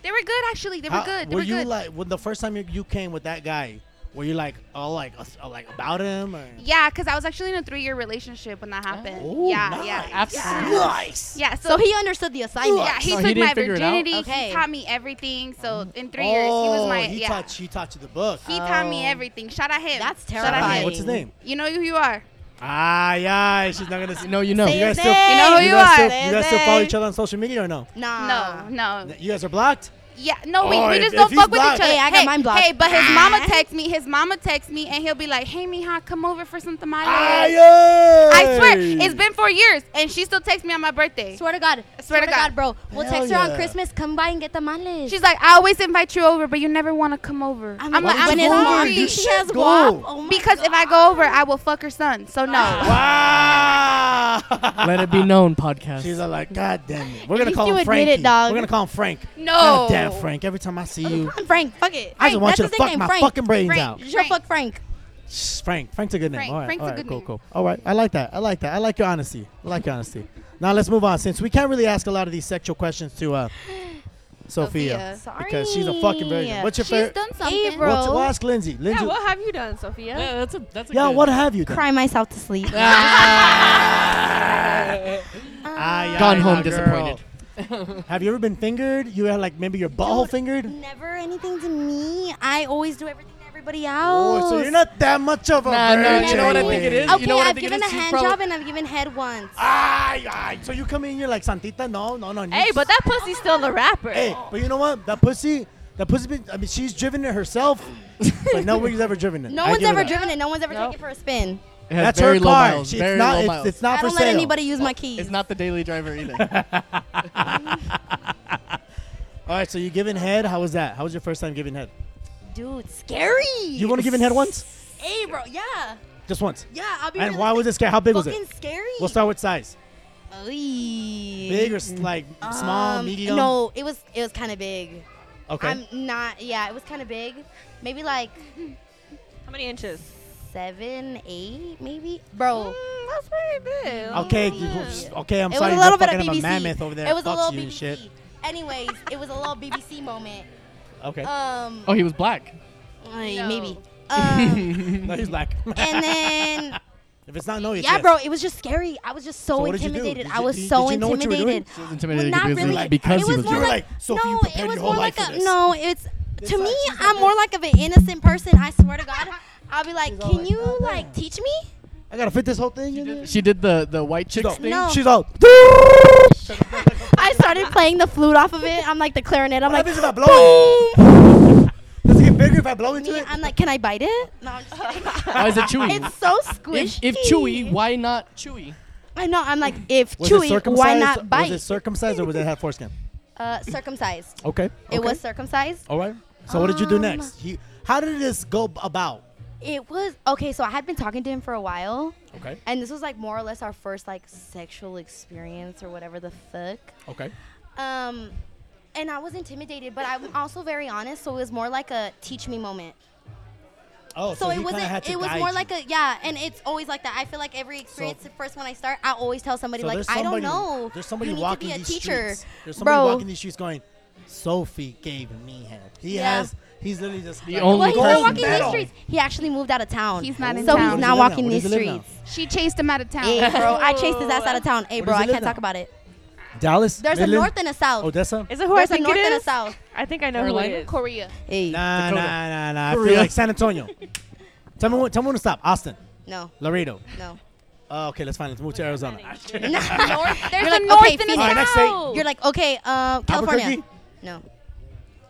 E: They were good, actually. They were
A: How-
E: good. They
A: were
E: were
A: you
E: good.
A: like when the first time you, you came with that guy? Were you like all like us- all like about him? Or?
E: yeah, because I was actually in a three year relationship when that happened.
A: Oh,
E: yeah,
A: nice.
E: yeah.
C: Absolutely.
E: Yeah.
A: Nice.
E: Yeah, so,
D: So he understood the assignment.
E: yeah, he
C: So he
E: took
C: didn't
E: my
C: figure it out?
E: virginity.
D: Okay.
E: He taught me everything. So in three
A: oh,
E: years, he was my
A: he
E: yeah.
A: taught he taught you the book.
E: He taught me
D: Oh.
E: everything. Shout out him.
D: That's
E: Shout out
D: terrifying.
E: him.
A: What's his name?
E: You know who you are.
A: Ah, yeah. She's not gonna. s-
C: You know, you know.
A: You guys
D: Say
A: still,
D: his
E: You know who
A: you
E: you
A: guys
E: are.
A: still, you guys still follow
F: name.
A: each other on social media or no?
E: No,
D: [LAUGHS] Nah.
E: no.
A: You guys are blocked.
E: Yeah, no, we,
A: Oh,
E: we
A: if-
E: just
A: if
E: don't
A: he's
E: fuck with
A: blocked-
E: each other.
D: Hey, I got mine blocked.
E: Hey, but his
D: Ah.
E: mama texts me. His mama texts me, and he'll be like, "Hey, mija, come over for some tamales."
A: Aye.
E: I swear, it's been four years, and she still texts me on my birthday.
D: Swear to God. Swear, to God, bro. We'll
A: Hell
D: text her
A: yeah.
D: on Christmas. Come by and get the tamales.
E: She's like, "I always invite you over, but you never want to come over." I'm,
D: like,
E: like,
A: don't
E: I'm
D: when his
A: go?
D: mom
A: You
D: thinks
E: sorry.
D: she
A: should
D: has
A: go.
D: WAP, oh my
E: Because if I go over, I will fuck her son. So
D: Ah.
E: no.
A: Wow.
C: Let it be known, podcast.
A: She's all like, God damn it. We're gonna
D: least
A: call
D: you
A: him
D: admit it,
A: Frankie.
D: dog.
A: We're gonna call him Frank.
E: No.
A: God damn Frank. Every time I see you,
D: I'm Frank. Fuck it.
A: I just want you to
D: that's his
A: fuck
D: nickname,
A: my
D: Frank.
A: fucking brains
E: Frank.
A: out.
D: She'll fuck Frank.
A: Shh, Frank. Frank's a good name.
E: Frank.
A: All right.
E: Frank's
A: all
E: a
A: right,
E: good
A: cool,
E: name.
A: Cool. All right. I like that. I like that. I like your honesty. I like your honesty. Now let's move on since we can't really ask a lot of these sexual questions to uh, Sophia,
D: Sophia.
A: because she's a fucking virgin.
D: Sorry.
A: What's your
E: She's
A: favorite?
E: done
D: Hey,
E: something.
D: bro.
A: What's, we'll ask Lindsay. Lindsay.
F: yeah, what have you done, Sophia?
C: yeah, that's a that's a
A: yeah,
C: good-
A: what have you done?
D: Cry myself to sleep.
A: Aye, aye,
C: Gone
A: aye,
C: home
A: girl.
C: disappointed.
A: [LAUGHS] Have you ever been fingered? You had like maybe your butthole
D: Dude,
A: fingered?
D: Never anything to me. I always do everything to everybody else.
A: Oh, so you're not that much of a
C: Nah,
A: virgin.
C: nah, you know what I think it is?
D: Okay,
C: You know what I
D: I've
C: think it
D: given
C: is?
D: a
C: She's
D: hand
C: probably-
D: job and I've given head once.
A: Aye, aye. So you come in, you're like Santita. No, no, no. you
F: Hey, but that pussy's still a rapper.
A: Hey, but you know what? That pussy, that pussy. Been, I mean, she's driven it herself,
D: [LAUGHS]
A: but nobody's ever driven it.
D: No
A: I
D: one's
A: give it
D: ever
A: up.
D: driven it. No one's ever
F: Nope.
D: taken it for a spin.
C: It has
A: That's
C: very
A: her
C: low
A: car.
C: miles.
A: She-
C: very
A: it's not.
C: low
A: it's,
C: miles.
A: it's not
D: I
A: for
D: don't
A: sale.
D: let anybody use my keys.
C: It's not the daily
A: [LAUGHS]
C: driver either.
A: All right, so you giving head? How was that? How was your first time giving head?
D: Dude, scary.
A: You want to give in head once?
D: Hey, bro. Yeah.
A: Just once.
D: Yeah. I'll be
A: And why was it scary? How big was
D: fucking
A: it?
D: scary?
A: We'll start with size.
D: Oy.
A: Big or s- like small,
D: Um,
A: medium?
D: No, it was it was kind of big.
A: Okay.
D: I'm not. Yeah, it was kind of big. Maybe like
F: How many inches?
D: seven, eight, maybe. Bro,
F: Mm, that's pretty big.
A: okay. you- Okay. I'm
D: it
A: sorry.
D: was a little
A: you're
D: bit of
A: fucking up
D: BBC.
A: a mammoth over there.
D: It was a
A: Fucks
D: little
A: you and
D: BBC.
A: shit.
D: Anyways, it was a
A: [LAUGHS]
D: little BBC moment.
A: Okay.
D: Um,
C: oh, he was black.
D: ay,
E: No.
D: maybe.
A: [LAUGHS]
D: Um,
A: no, he's black.
D: and then
A: [LAUGHS] if it's not no, it's
D: yeah,
A: yes.
D: bro, it was just scary. I was just so
A: So what did you do?
D: intimidated.
A: Did
D: I
A: you-
D: was
A: did-
D: so
A: did you know what you were doing?
D: intimidated.
C: He was intimidated
D: not
C: because, he was-
D: really.
C: because
D: it
C: he
D: was
C: was
D: more
A: You
C: black.
A: were
D: like,
A: like, Sophie, you
D: no,
A: prepared
D: it was
A: your
D: more
A: whole
D: like
A: life for
D: a
A: this.
D: no. It's
A: This
D: to me,
A: side, she's
D: I'm
A: like
D: more
A: this.
D: like of an innocent person. I swear to God, I'll be like,
A: She's all
D: can
A: like,
D: you
A: "Nah, nah."
D: like teach
A: [LAUGHS]
D: me?
A: I gotta fit this whole thing in. there?
C: She did the the white
A: She's
C: chicks
A: all,
C: thing.
D: No.
A: she's all.
D: I started playing the flute off of it. I'm like the clarinet. I'm
A: What
D: like,
A: Oh. happens if I blow it? Does it get bigger? if I blow into
D: Me,
A: it?
D: I'm like, can I bite it? No, I'm [LAUGHS] just kidding.
C: Why is it chewy?
D: it's so
C: if,
D: squishy.
C: if chewy, why not chewy?
D: I know. I'm like, if
A: Was it
D: chewy,
A: circumcised?
D: why not bite?
A: Was it circumcised or was it had foreskin?
D: uh, circumcised.
A: Okay.
D: It was circumcised.
A: All right. So what did you do
D: Um,
A: next? He, how did this go b- about?
D: It was okay. So I had been talking to him for a while,
A: Okay.
D: and this was like more or less our first like sexual experience or whatever the fuck.
A: Okay.
D: Um, and I was intimidated, but I'm also very honest, so it was more like a teach me moment.
A: Oh, so,
D: so, it
A: he kinda
D: wasn't.
A: had to
D: It was
A: guide
D: more
A: you.
D: like a yeah, and it's always like that. I feel like every experience, the first when I start, I always tell somebody
A: So
D: like,
A: there's
D: I don't
A: somebody-
D: know.
A: There's somebody
D: you need
A: walking
D: to be a
A: these
D: teacher.
A: streets. There's somebody
D: Bro.
A: walking these streets going, Sophie gave me help. He
D: Yeah.
A: has. He's literally just
C: The
A: like,
C: only
D: Well, he's
C: person
D: not
A: gold
D: walking these
A: medal.
D: streets. He actually moved out of town.
E: He's not in
D: so
E: town.
D: he's
A: Where does
D: not
A: he live now?
D: walking
A: Where does
D: these
A: he live now?
D: streets.
E: She chased him out of town.
D: Hey, bro, I chased his ass out of town. Hey,
A: Where
D: bro,
A: does he
D: I
A: live
D: can't talk
A: now?
D: about it.
A: Dallas.
D: There's
A: Midland?
D: a north and a south.
A: Odessa.
F: Is it who
D: There's
F: I
D: a
F: think
D: north
F: it
D: and a
F: is?
D: south.
F: I think I know
C: Carolina?
F: who it is.
E: Korea.
D: Hey,
A: Nah,
C: Dakota.
A: nah, nah, nah. I
C: For
A: feel
C: real.
A: like San Antonio. [LAUGHS] tell me when. Tell me when to stop. Austin.
D: no,
A: Laredo.
D: no.
A: Uh, okay, let's find it. Let's move to Arizona. Ah,
D: [LAUGHS] North-
H: There's
D: You're
H: a
D: like,
H: north
D: okay,
H: and a
D: Phoenix.
A: All right, next state.
H: south.
D: You're like, okay, uh, California.
A: Albuquerque?
D: No,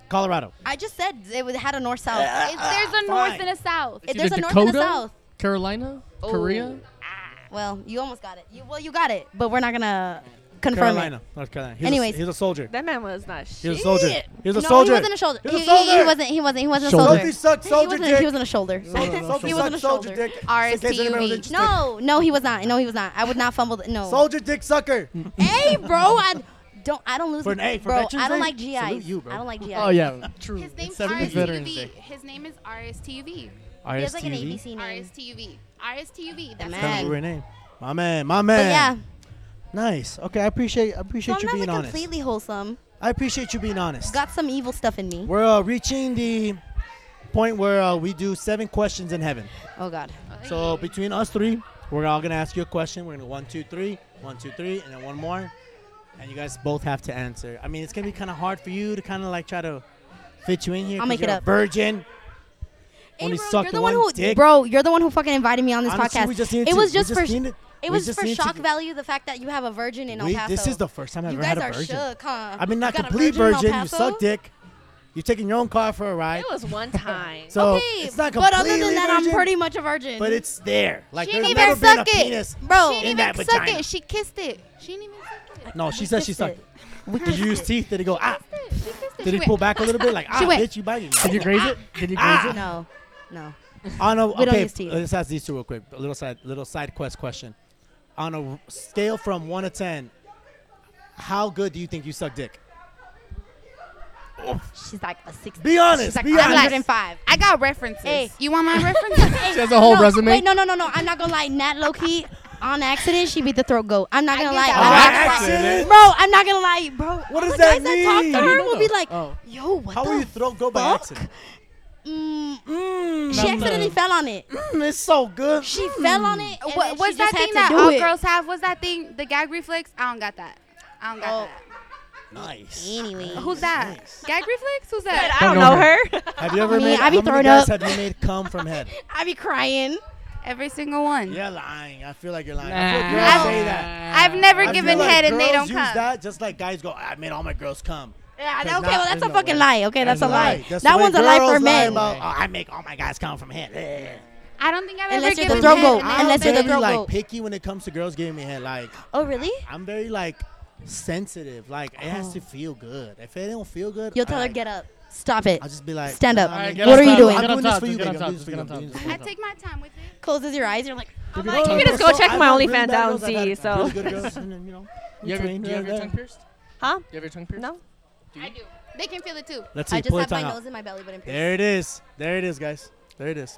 A: Colorado.
D: I just said it was- had a north
A: Uh,
D: south.
H: It's- there's a north
A: Fine.
H: and a south.
C: It's
D: There's
C: either
D: a north and a
C: Dakota?
D: south. Oh,
C: Carolina, Korea.
D: Well, you almost got it. You, well, you got it, but we're not gonna confirm
A: Carolina. North Carolina. He was a-
D: Anyways.
A: he was a solder.
F: That man was not
A: He
F: shit.
A: was a soldier.
D: Shit.
A: He was
D: it.
A: a
D: no,
A: soldier.
D: he wasn't a shoulder.
A: He was a
D: He- he- he
A: soldier.
D: wasn't. He wasn't. He wasn't a
C: Shoulder.
D: soldier.
A: Sophie sucked
D: He
A: soldier
D: wasn't, he
A: dick.
D: wasn't a shoulder.
A: Sophie
C: no,
A: sucked
D: [LAUGHS] he wasn't a
A: soldier
D: shoulder.
A: dick. Just in case anybody was
E: RSTUV.
A: interested.
D: No, no, he was not. No, he was not. I would not fumble. The, no.
A: Soldier dick sucker.
D: Hey, bro, I don't. I don't lose.
A: For an A, for
D: bro,
A: Veterans
D: I don't
A: Day,
D: like GIs.
A: salute you, bro.
D: I don't like GIs.
C: Oh yeah, true.
E: His name's
C: It's every Veterans Day.
E: RSTUV. His name is RSTUV.
D: He has like an
A: RSTV?
D: ABC name.
E: RSTUV. RSTUV. That's
D: Man.
E: his
A: Sounds
E: name.
A: like a weird name. My man, my
D: But
A: man.
D: yeah,
A: Nice. Okay, I appreciate I
D: so
A: appreciate
D: I'm
A: you
D: not
A: being
D: like
A: honest.
D: completely wholesome.
A: I appreciate you being honest.
D: Got some evil stuff in me.
A: We're uh, reaching the point where uh, we do seven questions in heaven.
D: Oh God.
A: So between us three, we're all gonna ask you a question. We're gonna one, two, three, one, two, three, and then one more, and you guys both have to answer. I mean, it's gonna be kind of hard for you to kind of like try to fit you in here.
D: I'll
A: 'cause
D: make it
A: you're a
D: up.
A: virgin. Only
D: hey, bro,
A: sucked
D: you're the one,
A: one
D: who,
A: dick.
D: bro, you're the one who fucking invited me on this
A: Honestly,
D: podcast.
A: we just need
D: it
A: to-
D: was
A: we
D: just, for sh-
A: needed-
D: it
A: we
D: was
A: just
D: for
A: need to
D: shock
A: get-
D: value the fact that you have a virgin in El
A: we-
D: Paso.
A: this is the first time I've
D: you
A: ever
D: guys
A: had
D: are
A: a virgin.
D: shook, huh?
A: I mean, not
D: You got a
A: complete
D: in El
A: virgin. You
D: Paso?
A: suck dick. You're taking your own car for a ride.
F: It
A: [LAUGHS]
F: was one time.
A: So
D: okay,
A: it's not
D: but
A: completely
D: other than that,
A: virgin,
D: I'm pretty much a virgin.
A: But it's there. Like
E: She
A: there's
E: didn't
A: never
E: even
A: been a
E: suck it.
A: penis.
D: bro,
E: She
A: in
E: didn't
A: that
E: even suck
A: vagina.
E: it. She kissed it. She didn't even suck it.
A: No, she said she
D: kissed
A: sucked.
D: it.
A: It. Did you use teeth? Did it go ah?
E: She kissed it.
A: Did
E: She
A: he pull
E: went,
A: back a little bit? Like ah,
E: She went,
A: bitch, you biting
C: Did
A: me?
C: you graze it? Did you graze
A: Ah.
C: it?
D: no, no.
A: On a
D: We don't
A: okay,
D: use teeth.
A: let's ask these two real quick. A little side, little side quest question. On a r- scale from one to ten, how good do you think you suck dick?
D: She's like a six.
A: Be honest,
D: She's like
A: be honest.
D: 105.
E: I got references.
D: Hey.
E: You want my references?
C: She has a whole
D: no,
C: resume.
D: Wait, no, no, no, no. I'm not gonna lie. Nat Loki, on accident, she beat the throat goat. I'm not
E: I
D: gonna
E: did
D: lie.
E: that
D: I
E: on
D: watched
A: accident.
D: that. Bro, I'm not gonna lie, bro. Oh
A: What
D: all
A: does
D: the
A: that
D: guys that talk
A: mean?
D: to her will be like,
C: Oh.
D: yo, what
A: How
D: the
A: will you throw go by
D: fuck?
A: accident?
D: Mm,
A: Mm,
D: she accidentally fell on it.
A: mm, it's so good.
D: She fell on it. [LAUGHS] And
E: What,
D: then
E: what's
D: she
E: that
D: just had
E: thing
D: to
E: that
D: do
E: all
D: it.
E: girls have? What's that thing? The gag reflex? I don't got that. I don't got
D: Oh.
A: Nice.
D: Anyway,
E: that. Who's that?
A: Nice.
E: Gag reflex? Who's
F: But
E: that?
F: I don't
C: Don't know
F: know her.
A: Have you ever
D: Me,
A: made?
D: I be
A: how many
D: throwing
A: guys
D: up.
A: have you made come from head? [LAUGHS]
D: I be crying.
E: Every single one.
A: You're lying. I feel like you're lying. I feel girls
C: Nah.
A: say that.
E: I've never
A: I feel
E: given
A: like
E: head and they
A: girls
E: don't
A: use
E: come.
A: that just like guys go. I made all my girls come.
D: Yeah,
A: There's
D: okay,
A: not-
D: well that's a
A: there's no
D: fucking
A: way.
D: lie. Okay, that's, a lie.
A: That's the
D: that
A: way
D: one's a lie
A: girls
D: for men.
A: about, "Oh, I make all my guys come from head. Eh.
E: I don't think I've
D: Unless
E: ever
D: you're the
E: given
D: throat
E: head
D: goat.
E: and they
A: I'm
E: don't
D: Unless you're the
A: very
E: come.
D: throat
A: like
D: goat.
A: picky when it comes to girls giving me head. Like
D: Oh really?
A: I'm very like sensitive. Like it has to feel good. If it don't feel good,
D: You'll Oh. tell
A: I,
D: her get up. Stop it.
A: I'll just be like,
D: Stand up.
A: "Nah,
D: All
A: man,
D: right, What
A: I'm
D: are
A: doing-
D: you doing?
A: I'm
C: Get on
A: doing this
C: top,
A: for you,
C: get on
A: baby. I'm
C: top,
A: doing this for you.
C: get
A: I'm
C: on top.
A: doing this for
E: I
A: you.
E: take my time with it.
D: Closes your eyes. You're like,
F: I'm
A: Dude,
F: like,
A: I've
F: you can just go
A: also-
F: check
A: I've
F: my
A: had really
F: OnlyFans
A: bad
F: down,
A: girls, I've had
F: see. So. [LAUGHS]
A: really good girls, and then, you know,
C: You have, your,
A: between
C: do you have
A: there
C: your
A: and
C: tongue
A: there.
C: pierced?
F: Huh?
C: Do you have your tongue pierced?
F: No.
E: I do. They can feel it too.
A: Let's
D: I
A: see.
D: just
A: Pull your
D: have my
A: tongue out.
D: nose in my belly, but in
A: There it is. There it is, guys. There it is.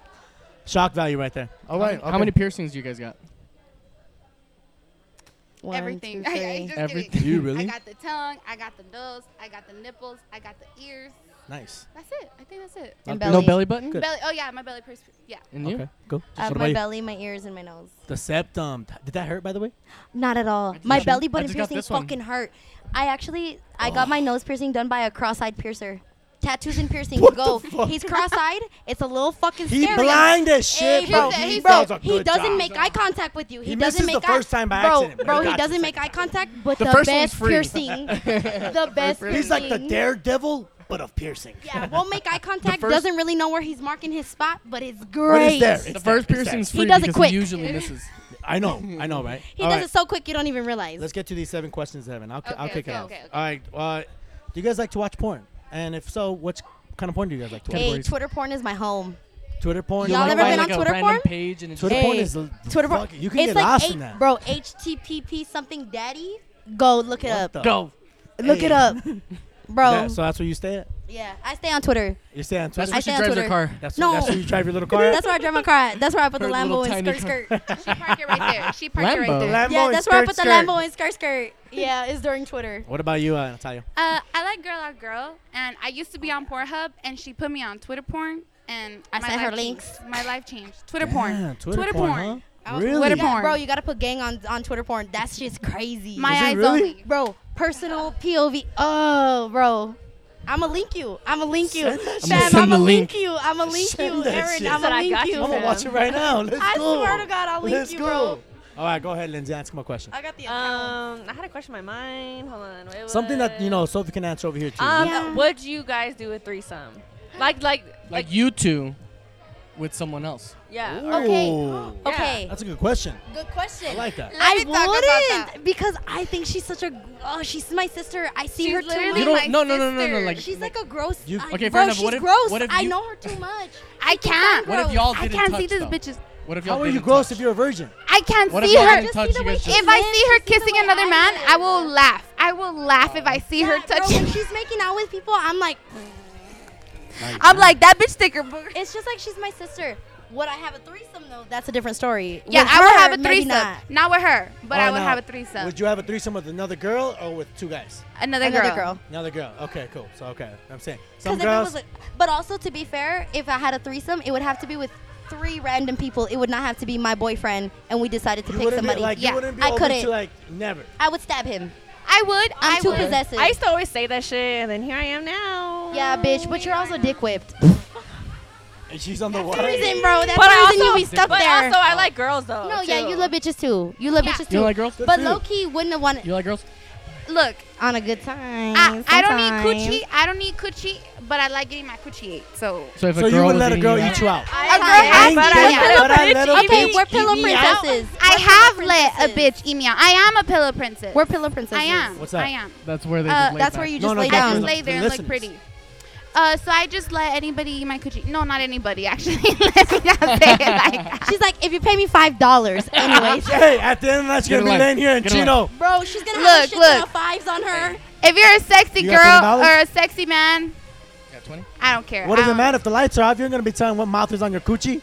A: Shock value right there. All right.
C: How many piercings do you guys got?
D: One, [LAUGHS]
E: Everything. [LAUGHS]
D: two,
E: I, I
D: three.
E: just
C: Everything.
E: Kidding.
A: You
E: I
A: really?
E: got the tongue. I got the nose. I got the nipples. I got the ears.
A: Nice.
E: That's it. I think that's it.
D: And
C: Uh, No
D: belly.
C: belly button?
A: Good.
E: Belly. Oh yeah, my belly purse. Yeah.
C: And you?
A: Okay. Go.
D: I have my belly, my ears, and my nose.
A: The septum. Did that hurt, by the way?
D: Not at all.
C: just
D: My
C: got- I
D: belly button
C: just got
D: piercing
C: this one.
D: fucking hurt. I actually, I got my nose piercing done by a cross-eyed piercer. Tattoos and piercings
A: What the
D: go.
A: fuck?
D: He's cross-eyed. It's a little fucking
A: He
D: scary.
A: blind as shit,
D: Hey,
A: bro.
D: bro,
A: He,
D: he, bro,
A: does a
D: he
A: good
D: doesn't
A: job.
D: make eye contact with you. He,
A: He
D: doesn't
A: misses
D: make
A: the
D: eye-
A: first time by
D: bro,
A: accident, but
D: Bro,
A: he
D: he
A: got you
D: doesn't
A: the
D: make eye
A: second
D: contact, but
A: [LAUGHS]
D: the,
C: The first one's
D: best
C: free.
D: piercing, the best piercing.
A: He's like the daredevil but of piercing.
D: Yeah, won't make
A: [LAUGHS]
D: eye contact.
C: first-
D: Doesn't really know where he's marking his spot, but it's great.
A: But it's there. It's
C: The
A: there,
C: first
A: it's there.
C: piercing's
D: He
C: free
D: does it
C: because
D: quick.
C: he usually misses.
A: I know. I know, right?
D: He
A: All
D: does
A: right,
D: it so quick you don't even realize.
A: Let's get to these seven questions, Evan. I'll, ki- I'll
H: Okay,
A: kick it
H: okay,
A: off.
H: okay, okay.
A: All right. Uh, do you guys like to watch porn? And if so, what kind of porn do you guys like to watch?
D: hey,
C: categories.
D: Twitter porn is my home.
A: Twitter porn.
D: Y'all
A: like
D: ever
A: to
D: been
A: watch-
D: on
C: like a
D: Twitter
C: random
D: porn?
C: page and it
A: Twitter
C: just-
A: porn
D: Hey,
A: is l-
D: Twitter porn.
A: fuck it, You can
D: it's
A: get
D: like
A: lost
D: eight-
A: in that.
D: Bro, HTTP something daddy. Go look it
A: What
D: up.
A: the-
C: go.
D: Look it
A: Hey.
D: up, bro.
A: That- so that's where you stay at.
D: yeah, I stay on Twitter.
A: You stay on
C: That's
A: Twitter.
D: I
C: where she
D: stay on
C: drives her
D: Twitter.
C: car.
A: That's,
D: No.
A: that's where you drive your little car.
D: [LAUGHS] That's where I drive my car at. That's where I put
C: Her
D: the
C: little
D: Lambo in
C: tiny
D: skirt
C: car.
D: skirt.
A: [LAUGHS]
E: She park it right there. She parked it right
C: Lambo.
E: there.
A: Lambo
D: yeah,
A: and
D: that's where I
A: skirt,
D: put the
A: skirt.
D: Lambo in skirt skirt. Yeah, it's during Twitter.
A: What about you, uh, Natalia?
E: Uh, I like girl on girl, and I used to be on Pornhub, and she put me on Twitter porn, and
D: I
E: my
D: sent
E: life
D: her
E: changed.
D: links.
E: My life changed. Twitter porn.
A: Damn, Twitter, porn. Huh? Really?
E: Twitter
D: Yeah,
E: porn.
D: bro, you gotta put gang on on Twitter porn. That's just crazy.
E: My
A: Is it
E: eyes
A: really?
E: only.
D: bro, personal POV. Oh, bro. I'ma link you. I'ma link you.
C: shit.
D: Fam,
C: Send
D: I'ma
C: the
D: link
C: link.
D: you. I'ma link
A: Send
D: you,
A: that
D: Aaron.
A: shit.
D: I'ma
F: Said I
D: link
F: got
D: you.
F: you,
A: I'm gonna
F: fam.
A: watch it right now. Let's
D: I
A: go.
D: swear to God, I'll link
A: Let's
D: you,
A: go.
D: bro.
A: All right, go ahead, Lindsay. Answer my question.
D: I got the
F: Um, I had a question in my mind. Hold on. Wait,
A: Something that you
F: what?
A: know Sophie can answer over here too.
F: Um,
D: Yeah.
F: would you guys do a threesome? Like, like, like,
C: Like you two with someone else.
F: yeah.
D: Okay.
A: Ooh.
F: Yeah.
D: Okay.
A: That's a good question.
D: Good question.
A: I like that.
D: I
E: Let me talk about that.
D: wouldn't because I think she's such a. Oh, she's my sister. I see
E: She's
D: her too
E: literally
C: You
D: much.
C: don't.
E: my
C: no, no, no, no, no.
E: sister.
C: Like
D: She's like a gross.
A: You-
D: I-
A: Okay, fair
D: bro,
C: enough.
D: she's
C: What if-
D: gross.
C: what if
D: I
C: you-
D: know her too much.
E: I can't.
C: What if
D: gross.
C: y'all
E: I
C: didn't
E: can't
C: touch
E: see this
C: though?
E: bitches.
C: What if y'all
A: How are
C: didn't
A: you gross
C: touch?
A: if you're a virgin?
E: I can't
C: What if
E: see
C: y'all
E: her.
D: Just
C: didn't touch?
D: see the
C: You
D: way
C: guys
D: she-
C: just
E: If I
D: Then
E: see her
D: she sees the
E: kissing
D: way
E: another
D: I
E: man,
D: do.
E: I will laugh. I will laugh if I see her
D: Yeah, bro,
E: touching.
D: when she's making out with people, I'm like,
E: I'm like that bitch thicker. booger.
D: it's just like she's my sister. Would I have a threesome though? That's a different story.
E: Yeah,
D: With
E: I would
D: her,
E: have a
D: maybe
E: threesome.
D: Not.
E: Not. with her, but
A: Or
E: I would
A: no.
E: have a threesome.
A: Would you have a threesome with another girl or with two guys?
E: another,
D: Another
E: girl.
D: girl.
A: Another girl. Okay, cool. So okay, I'm saying some
D: Because if it was,
A: girls.
D: a, but also to be fair, if I had a threesome, it would have to be with three random people. It would not have to be my boyfriend, and we decided to
A: you
D: pick
A: wouldn't
D: somebody.
A: be like
E: Yeah,
A: you wouldn't be
D: I
A: open
D: couldn't.
A: to like never.
D: I would stab him.
E: I would.
D: I'm
E: I
D: too
E: would.
D: possessive.
F: I used to always say that shit, and then here I am now.
D: yeah, bitch, but you're also dick whipped.
A: And she's on the
D: That's the
A: water.
D: reason, bro. That's
F: But
D: the
F: I
D: reason
F: also-
D: you be stuck
F: But
D: there.
F: also, I like girls though.
D: no, yeah,
F: too.
D: you love bitches too. You love
E: Yeah.
D: bitches too.
C: You don't like girls?
A: Good
D: but
A: for you.
D: low key wouldn't have wanted
C: You like girls?
E: Look,
D: on a good time.
E: I, I don't need
D: Mm, sometimes.
E: coochie. I don't need coochie, but I like getting my coochie ate. So
C: So if
A: So
C: a
A: you
C: girl
A: would
C: was
A: let a
C: eating
A: girl
C: you
A: eat you out?
D: I
E: a girl
D: like-
E: has
A: Ain't
E: to
A: that-
E: eat me out.
A: but I let a
D: Okay,
A: bitch
D: we're
A: eat
D: pillow
A: me out?
D: princesses.
E: I
D: We're
E: have
D: pillow
E: let a
D: princesses.
E: bitch eat me out. I am a pillow princess.
D: We're pillow princesses.
E: I am.
A: What's that?
E: I am.
C: That's where they.
E: Uh,
C: just lay
D: That's
C: back.
D: where you
A: No,
D: just
A: no,
D: lay
A: that's
E: I
A: for
E: just
A: the-
D: down.
E: lay there
A: the
E: and look
A: listeners.
E: pretty. Uh, so I just let anybody eat my coochie. No, not anybody actually. [LAUGHS] Let's not say
D: [LAUGHS]
E: it like that.
D: She's like, if you pay me five dollars, anyways.
A: Hey, at the end of the night,
C: Get
A: you're gonna
C: a
A: be
C: life.
A: laying here and
C: Get a life.
A: Chino.
D: Bro, she's gonna
E: Look,
D: have a shit ton
E: look.
D: of fives on her.
E: If you're a sexy
A: You got
E: girl
A: $20?
E: or a sexy man,
C: Yeah, 20?
E: I don't care. Um,
A: What
E: I
A: does it
D: Um,
E: don't-
A: matter if the lights are off? You're gonna be telling what mouth is on your coochie.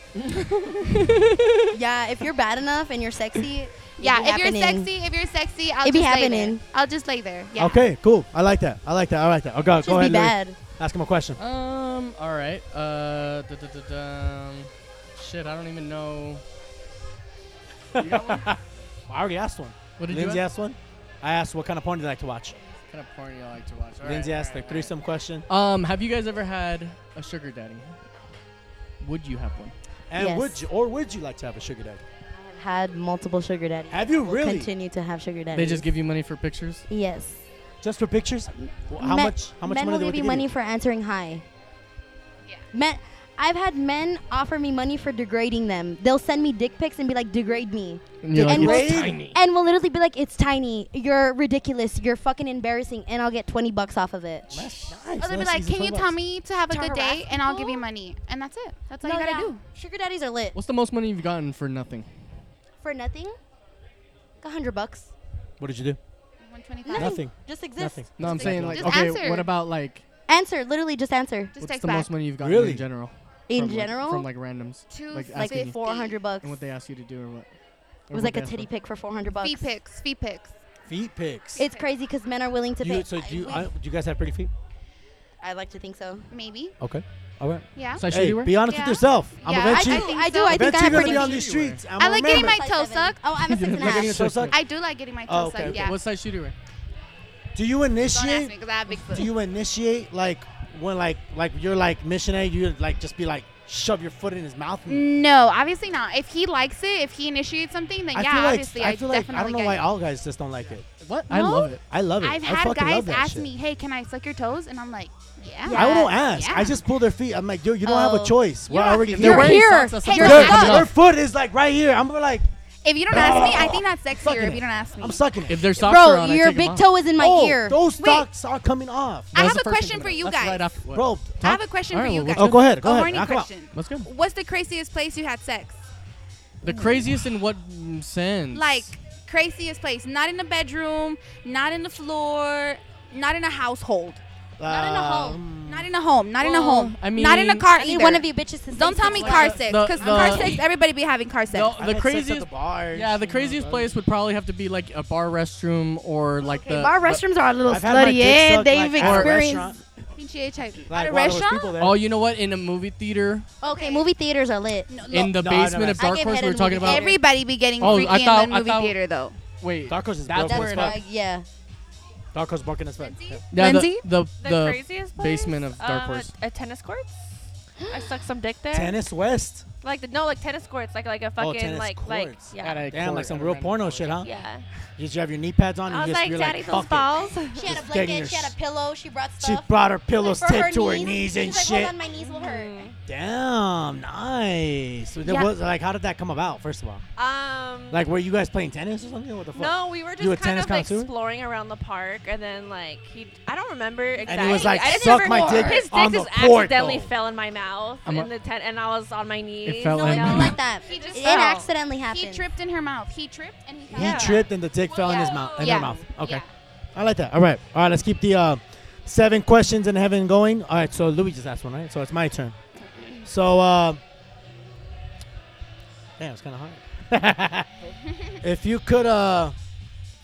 D: Yeah, if you're bad enough and you're sexy. it
E: Yeah,
D: be
E: if you're
D: happening.
E: sexy, if you're sexy, I'll
D: It be
E: just lay
D: happening.
E: there. I'll just lay there. Yeah.
A: Okay, cool. I like that. I like that. I like that. Oh God,
D: Just
A: go
D: be
A: ahead, Louis.
D: bad.
A: Ask him a question.
C: Um. All right. Uh. Da, da, da, da, um, shit. I don't even know.
A: I already asked one.
C: What did
A: Lindsay
C: you ask?
A: asked one. I asked what kind of porn do you like to watch.
C: What kind of porn you like to watch? All right,
A: Lindsay
C: all
A: asked
C: right,
A: the
C: all right.
A: threesome question.
C: Um. Have you guys ever had a sugar daddy? Would you have one?
A: And
D: Yes.
A: would you, or would you like to have a sugar daddy?
D: I've had multiple sugar daddies.
A: Have you
D: Will
A: really?
D: Continue to have sugar
C: They
D: daddies.
C: just give you money for pictures.
D: Yes.
A: Just for pictures? Well, How
D: Men-
A: much? How much
D: men
A: money?
D: will
A: they
D: give you
A: would
D: money
A: they
D: for answering hi.
E: Yeah.
D: Men, I've had men offer me money for degrading them. They'll send me dick pics and be like, degrade me.
C: And you're like,
D: And
C: it's
A: we'll-
C: tiny.
D: And will literally be like, it's tiny. You're ridiculous. You're fucking embarrassing. And I'll get 20 bucks off of it.
A: give you? Nice, nice,
E: Or they'll be
A: nice,
E: like,
A: easy
E: "Can you
A: $20.
E: tell me to have a
D: To
E: good
D: harass
E: day, and I'll give you
D: people?
E: money," and that's it. That's all you gotta
D: yeah.
E: do.
D: Sugar daddies are lit.
C: What's the most money you've gotten for nothing?
D: For nothing? Like A hundred bucks.
A: What did you do?
E: One twenty-five.
D: Nothing.
A: Nothing.
D: Just exist.
A: Nothing.
C: No, I'm
A: Just
C: saying
A: like-
C: like,
E: Just
C: okay,
E: answer.
C: what about like,
D: Answer. Literally just answer.
E: Just
C: what's
E: text
C: the
E: back.
C: most money you've gotten
A: Really?
C: in general?
D: In
C: From, like-
D: general,
C: from like randoms,
E: Two
C: like
D: like,
C: asking you,
D: 400 bucks.
C: and what they ask you to do, or what?
D: it was like a titty pic for 400 bucks.
E: Fee pics. Fee pics.
A: Feet pics.
D: It's crazy because men are willing to
A: you,
D: pay.
A: so do you,
D: I,
A: I, do you guys have pretty feet?
D: I like to think so.
E: Maybe.
A: Okay. All right.
E: Yeah.
C: So I should
A: Hey,
C: wear?
A: be honest
E: Yeah.
A: with yourself. I'm
E: Yeah,
A: eventually,
D: I,
E: think
D: I do.
E: so.
D: I think I
A: eventually
D: have
A: gonna
D: pretty
A: be on
D: feet.
A: these streets. I'm
E: I like getting my
D: Size
E: toe
D: seven.
E: sucked.
D: Oh, I'm a six and a
C: Like
D: half.
C: any-
A: so suck.
E: I do like getting my
A: Oh,
E: toes
A: okay,
E: sucked.
A: okay.
E: Yeah.
C: What size should you wear?
A: Do you
E: Don't ask
A: initiate?
E: me because I have big
A: Do
E: foot.
A: you initiate like when like like you're like missionary? You like just be like shove your foot in his mouth.
E: Mm,
A: And
E: No, obviously not. If he likes it, if he initiates something, then
A: I
E: yeah,
A: feel like
E: obviously
A: I feel like
E: definitely
A: I don't know
E: get
A: why
E: it.
A: all guys just don't like it.
C: What? I
E: No?
C: love it.
A: I love it.
E: I've
A: I
E: had
A: fucking love
E: guys
A: that
E: ask
A: shit.
E: me, "Hey, can I suck your toes?" And I'm like, "Yeah."
A: I don't ask. I
E: Yeah.
A: just pull their feet. I'm like, dude, you don't have a
E: Oh.
A: choice. We're already
C: If
A: here.
C: they're wearing
D: here.
C: socks, that's a
E: Hey,
C: problem.
E: you're
A: Their,
E: They're stuck.
A: their foot is like right here. I'm like,
E: If you don't ask me, I think that's
A: Fucking
E: sexier. If
A: it.
E: you don't ask me,
A: I'm sucking it.
C: If their socks are
D: Bro,
C: on, I
D: your
C: take 'em
D: big
C: off.
D: toe is in my
A: oh,
D: ear.
A: those
E: Wait.
A: socks are coming off,
C: That
E: I
C: was the
E: have
C: first
E: a
C: thing
E: question
C: that-
E: for you
C: that's right
E: guys.
C: after- what?
A: bro.
E: I
A: talk-
E: have a question
C: All
E: for
C: right,
E: you
C: well,
E: guys.
A: oh, go ahead. Go
E: a
A: ahead.
E: horny
A: Knock 'em out.
E: question.
C: Let's go.
E: What's the craziest place you had sex?
C: The craziest in what mm, sense?
E: Like craziest place, not in a bedroom, not in the floor, not in a household, not in a
A: Um,
E: home, not in a home, not in a
C: Um, well,
E: home,
C: I
E: not in a
C: mean-
E: car
D: I need
E: either.
D: one of you bitches to say
E: Don't tell me
D: something.
E: car
C: The-
E: sex,
C: the-
E: because
C: the-
E: car sex, everybody be having car sex.
A: I
C: No, the
A: had sex at
C: craziest.
A: the bars.
C: yeah, the craziest place would probably have to be like a bar restroom or like the
I: Bar restrooms are a little
A: I've had my
I: slutty,
A: dick
I: and
A: sucked,
I: they've
A: like, at a
I: experienced.
A: restaurant,
E: PGH.
A: like,
E: at a
A: while there was
E: restaurant?
A: people there.
C: Oh, you know what? In a movie theater,
D: Okay, movie theaters are lit.
E: No,
C: in the
A: No, I never
C: basement of
A: asked.
D: I
C: Dark
D: gave
C: Horse,
D: head
C: we were
D: in a
C: talking
D: movie
C: about.
D: theater.
E: Everybody be getting
C: Oh, I
E: freaky
C: thought-
E: in the
C: I
E: movie
C: thought-
E: theater, though. [LAUGHS]
C: Wait,
A: Dark Horse is
C: That's
A: broken
D: That's
A: as
C: where-
A: fuck.
D: why, yeah.
A: Dark Horse broken as fuck.
H: Lindsay?
A: Yeah.
C: yeah, the,
E: Lindsay?
C: the,
F: The,
C: the
F: craziest place?
C: basement of Dark
I: um,
C: Horse.
I: At, at tennis courts,
A: [GASPS]
I: I sucked some dick there.
A: Tennis West.
I: Like the, no, like tennis courts, like like a
A: Oh,
I: fucking
A: tennis
I: like like
A: courts.
I: yeah.
C: at a
A: Damn,
C: court,
A: like some
C: at a
A: real
C: random
A: porno
C: court.
A: shit, huh?
I: Yeah.
A: You just have your knee pads on
I: I
A: and
I: was
A: you just
I: like,
A: be
I: daddy,
A: like,
I: those
A: fuck it. [LAUGHS]
I: balls.
D: She had a
A: Just getting your
D: blanket, she had
A: sh-
D: a pillow, she brought
A: She
D: stuff.
A: brought her pillows
D: For her
A: taped to her
D: knees.
A: knees and
D: She's like,
A: shit.
D: Hold on, my knees will hurt.
A: Damn, nice. So there
E: Yeah.
A: was- like, how did that come about? First of all,
I: Um.
A: like, were you guys playing tennis or something? What the fuck?
I: no, we were
A: You a
I: just kind
A: tennis
I: of like
A: connoisseur?
I: exploring around the park, and then like he, I don't remember exactly.
A: And he was like,
I: I just
A: "Suck
I: remember
A: my dick
I: His dick
A: on
I: just
A: the court."
I: accidentally
A: though.
I: fell in my mouth
C: I'm a-
I: in the tent, and I was on my knees.
C: fell
D: No,
C: in
D: it
C: my
I: down.
D: don't
C: mouth.
D: like that.
E: He just
D: it
E: fell.
D: accidentally happened.
E: He tripped in her mouth. He tripped and he fell.
A: He
I: Yeah.
A: tripped and the dick fell in his
I: yeah.
A: mouth. In
E: Yeah.
A: her mouth. Okay,
E: Yeah.
A: I like that. All right, all right. Let's keep the uh, seven questions in heaven going. All right, so Louis just asked one, right? So it's my turn. So, uh, damn, it's kind of hard. [LAUGHS] if you could uh,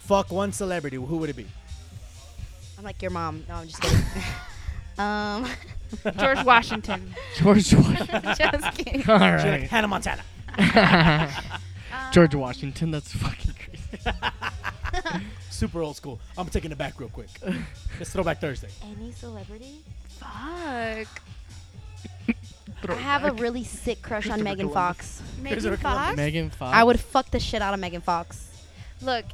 A: fuck one celebrity, who would it be?
D: I'm like your mom. No, I'm just kidding. um,
E: George Washington.
C: George Washington.
E: Just kidding.
C: [LAUGHS] All
A: She's like
C: right.
A: Hannah Montana.
E: Um,
C: George Washington. That's fucking crazy.
A: Super old school. I'm taking it back real quick. It's Throwback
E: [LAUGHS]
A: Thursday.
D: any celebrity?
E: Fuck.
D: I have a really sick crush on Megan Fox.
E: Megan
A: a Columbia.
E: Fox.
C: Megan Fox.
D: I would fuck the shit out of Megan Fox.
E: Look,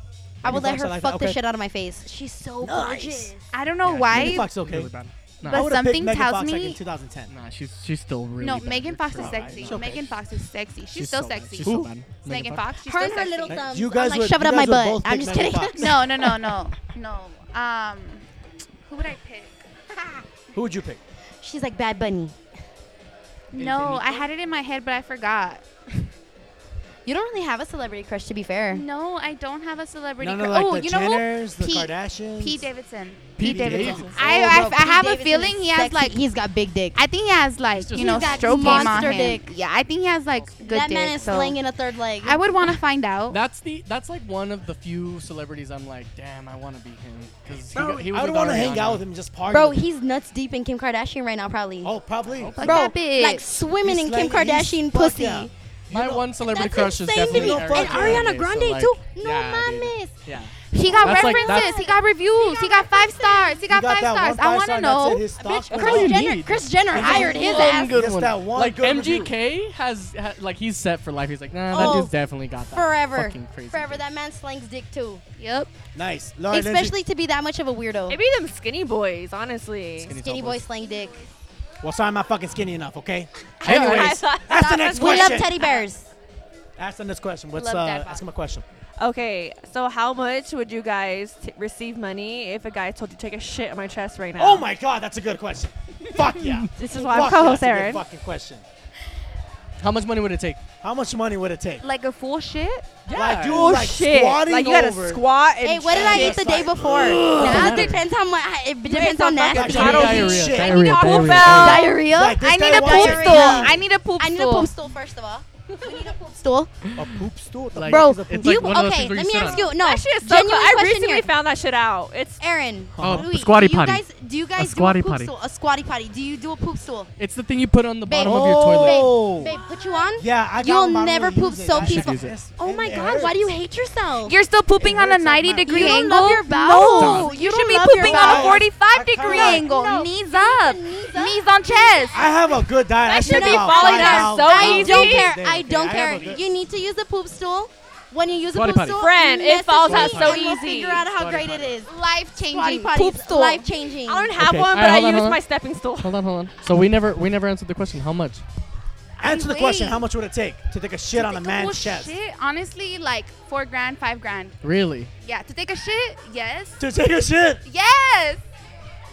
D: I would
A: Megan Fox,
D: let her
A: I like that.
D: fuck the
A: Okay.
D: shit out of my face. She's so
A: Nice.
D: gorgeous.
E: I don't know
C: Yeah,
E: why.
A: Megan Fox, okay.
C: Really bad.
E: But
A: I would've picked
E: something
A: Megan
E: tells
A: Fox, like,
E: me-
A: in 2010.
C: Nah, she's she's still really.
E: no,
C: bad.
E: Megan
C: You're
E: Fox is
C: correct.
E: sexy.
A: It's okay.
E: Megan Fox is sexy. She's,
C: She's
E: still
C: so bad.
E: sexy.
C: She's
E: Who?
C: so bad.
E: Megan Fox. She's
D: Her and
E: still
D: her
E: sexy.
D: little
A: Like,
D: thumbs.
A: you
D: I'm
A: guys
D: like,
A: would-
D: shove
A: you
D: it up my
A: guys would
D: butt.
A: both
D: I'm
A: pick
D: just
A: Megan
D: kidding.
A: Fox.
E: No, no, no, no, no. Um, who would I pick?
A: Who would you pick?
D: She's like Bad Bunny.
E: No, I had it in my head, but I forgot.
D: You don't really have a celebrity crush, to be fair.
E: No, I don't have a celebrity.
A: None of
E: cru-
A: like
E: oh,
A: the
E: you know who?
A: Jenners, the
E: Pete-
A: Kardashians.
E: Pete Davidson.
A: Pete
E: Pete Davidson.
A: Davidson.
E: I,
D: Oh,
E: I,
D: no,
E: I
D: Pete
E: have a
D: Davidson
E: feeling
D: is
E: he has
D: sexy.
E: like.
D: he's got big dick.
E: I think he has like
C: just-
E: you know
D: He's got
E: stroke game on
D: monster
E: him.
D: dick.
E: Yeah, I think he has like good
D: that
E: dick.
D: man is
E: so
D: slinging a third leg.
E: I would want to find out.
C: That's the that's like one of the few celebrities I'm like, damn, I want to be him because he,
A: Bro,
C: got- he was
A: I would
C: want to
A: hang out with him and just party.
D: Bro,
A: with him.
D: he's nuts deep in Kim Kardashian right now, probably.
A: Oh, probably.
E: Fuck
D: Bro,
E: that bitch.
D: like swimming
A: He's
D: in Kim
A: like- he's-
D: Kardashian
A: fuck
D: pussy.
A: yeah.
C: My
A: know-
C: one celebrity
D: That's
C: crush is
D: insane to
C: definitely
A: me.
C: Ariana
A: And
D: Ariana
C: so,
D: Grande,
C: like,
D: too. No
C: yeah, dude.
D: mames.
C: Yeah.
E: He got
C: That's like-
E: references.
C: that's-
E: he got reviews. He got five stars. He
A: You got
E: got five
A: that
E: stars.
A: One
E: I
A: want to
E: know.
A: His stock
D: Bitch,
A: went
C: all you
D: Chris
A: up.
D: Jenner,
C: need.
D: Chris Jenner hired his
A: one
D: ass
A: good Just one. that one
C: like
A: good
C: MGK has ha, like he's set for life. He's like, nah, that
D: Oh,
C: dude's definitely got that
D: forever.
C: Fucking crazy.
D: Forever, that man slings dick too.
E: Yep.
A: Nice. Laura Lindsay-
D: Especially to be that much of a weirdo.
I: Maybe them skinny boys, honestly.
C: Skinny
D: Skinny
C: tall
D: boy sling dick.
A: Well, sorry, I'm not fucking skinny enough, okay?
I: [LAUGHS]
D: [LAUGHS]
I: I
A: Anyways,
I: thought-
A: ask the next
D: We love
A: question.
D: teddy bears.
A: Ask the next question. What's,
E: Love
A: uh,
E: dad bod.
A: ask him a question.
I: Okay, so how much would you guys t- receive money if a guy told you to take a shit on my chest right now?
A: Oh my god, that's a good question. Fuck
D: [LAUGHS]
A: yeah.
I: This is why I'm
A: Fuck yeah,
I: co-host
A: that's a good
I: Aaron.
A: fucking question.
C: How much money
D: [LAUGHS]
C: would it take?
A: How much money would it take?
E: Like a full shit.
A: Like you
I: Oh
A: like
I: shit!
A: squatting
I: Like you gotta
A: over.
I: squat and
D: Hey, what did I
I: shit.
D: eat the day before? Now it depends how much. It depends on
I: fuck
A: Like,
D: nasty.
I: that. I don't
A: eat
C: diarrhea,
A: shit.
C: diarrhea, diarrhea,
I: out.
A: Like, this
E: I
A: guy
E: need a
A: wants
E: poop
A: it.
E: stool. I need a poop
D: I need a
E: stool.
D: poop stool first of all. We need a poop stool.
A: A poop stool?
C: Like,
D: Bro,
C: it's like
D: you
C: one of those
D: okay?
C: things where
D: Let
C: you
D: me
C: sit
D: ask
C: on.
D: you. No,
I: That shit is so cool.
D: genuine
I: I
D: question
I: recently
D: here.
I: found that shit out. It's
D: Aaron,
C: Oh,
D: Louis,
C: squatty
D: do you
C: potty.
D: guys do you guys
C: squatty
D: do a poop
C: potty.
D: stool? A squatty potty. Do you do a poop stool?
C: It's the thing you put on the
D: Babe.
C: bottom of your toilet.
A: Oh.
D: Babe, put you on?
A: Yeah, I got
D: You'll
A: one, but I don't
D: never
A: really
D: poop
A: use it.
D: so
A: I should
D: peaceful.
A: use it.
D: Oh
A: It
D: my god,
A: hurts.
D: why do you hate yourself?
E: You're still pooping on a
A: hurts, like
E: 90
A: my-
E: degree
D: You don't
E: angle?
D: love your bowels.
E: No,
D: You
E: you,
D: don't
E: should be
D: love your
E: pooping on a
A: bowels.
E: 45
A: I
E: degree
A: kinda like-
E: angle.
D: No,
E: knees,
D: you
E: up.
D: need
E: knees
D: the knees
E: on chest.
A: I have a good diet. I
I: That should
A: shit
I: be
A: out
I: falling
A: five
I: out
A: pounds
I: so
A: a day.
D: I don't
I: easy.
D: care.
A: Okay,
D: I don't
A: have
D: care.
A: a good-
D: You need to use a poop stool. When you use a
C: Squatty
D: poop
C: potty.
D: stool,
I: Friend, it
D: message
I: falls
D: me
I: out so
D: and We'll
I: easy.
D: figure out how
C: Squatty
D: great it
C: potty.
D: is.
E: Life
D: Squatty
E: changing.
D: potties,
E: Poop stool.
D: life changing.
I: I don't have
C: Okay.
I: one,
C: Alright,
I: but
C: hold
I: I
C: on,
I: use
C: hold on.
I: my stepping stool. [LAUGHS]
C: Hold on, hold on. So we never we never answered the question. How much?
A: Answer the
E: Wait.
A: question. How much would it take to take a shit on a
E: Take
A: man's
E: whole
A: chest?
E: Shit, honestly, like four grand, five grand.
C: Really?
E: Yeah, to take a shit, yes.
A: To take a shit.
E: Yes!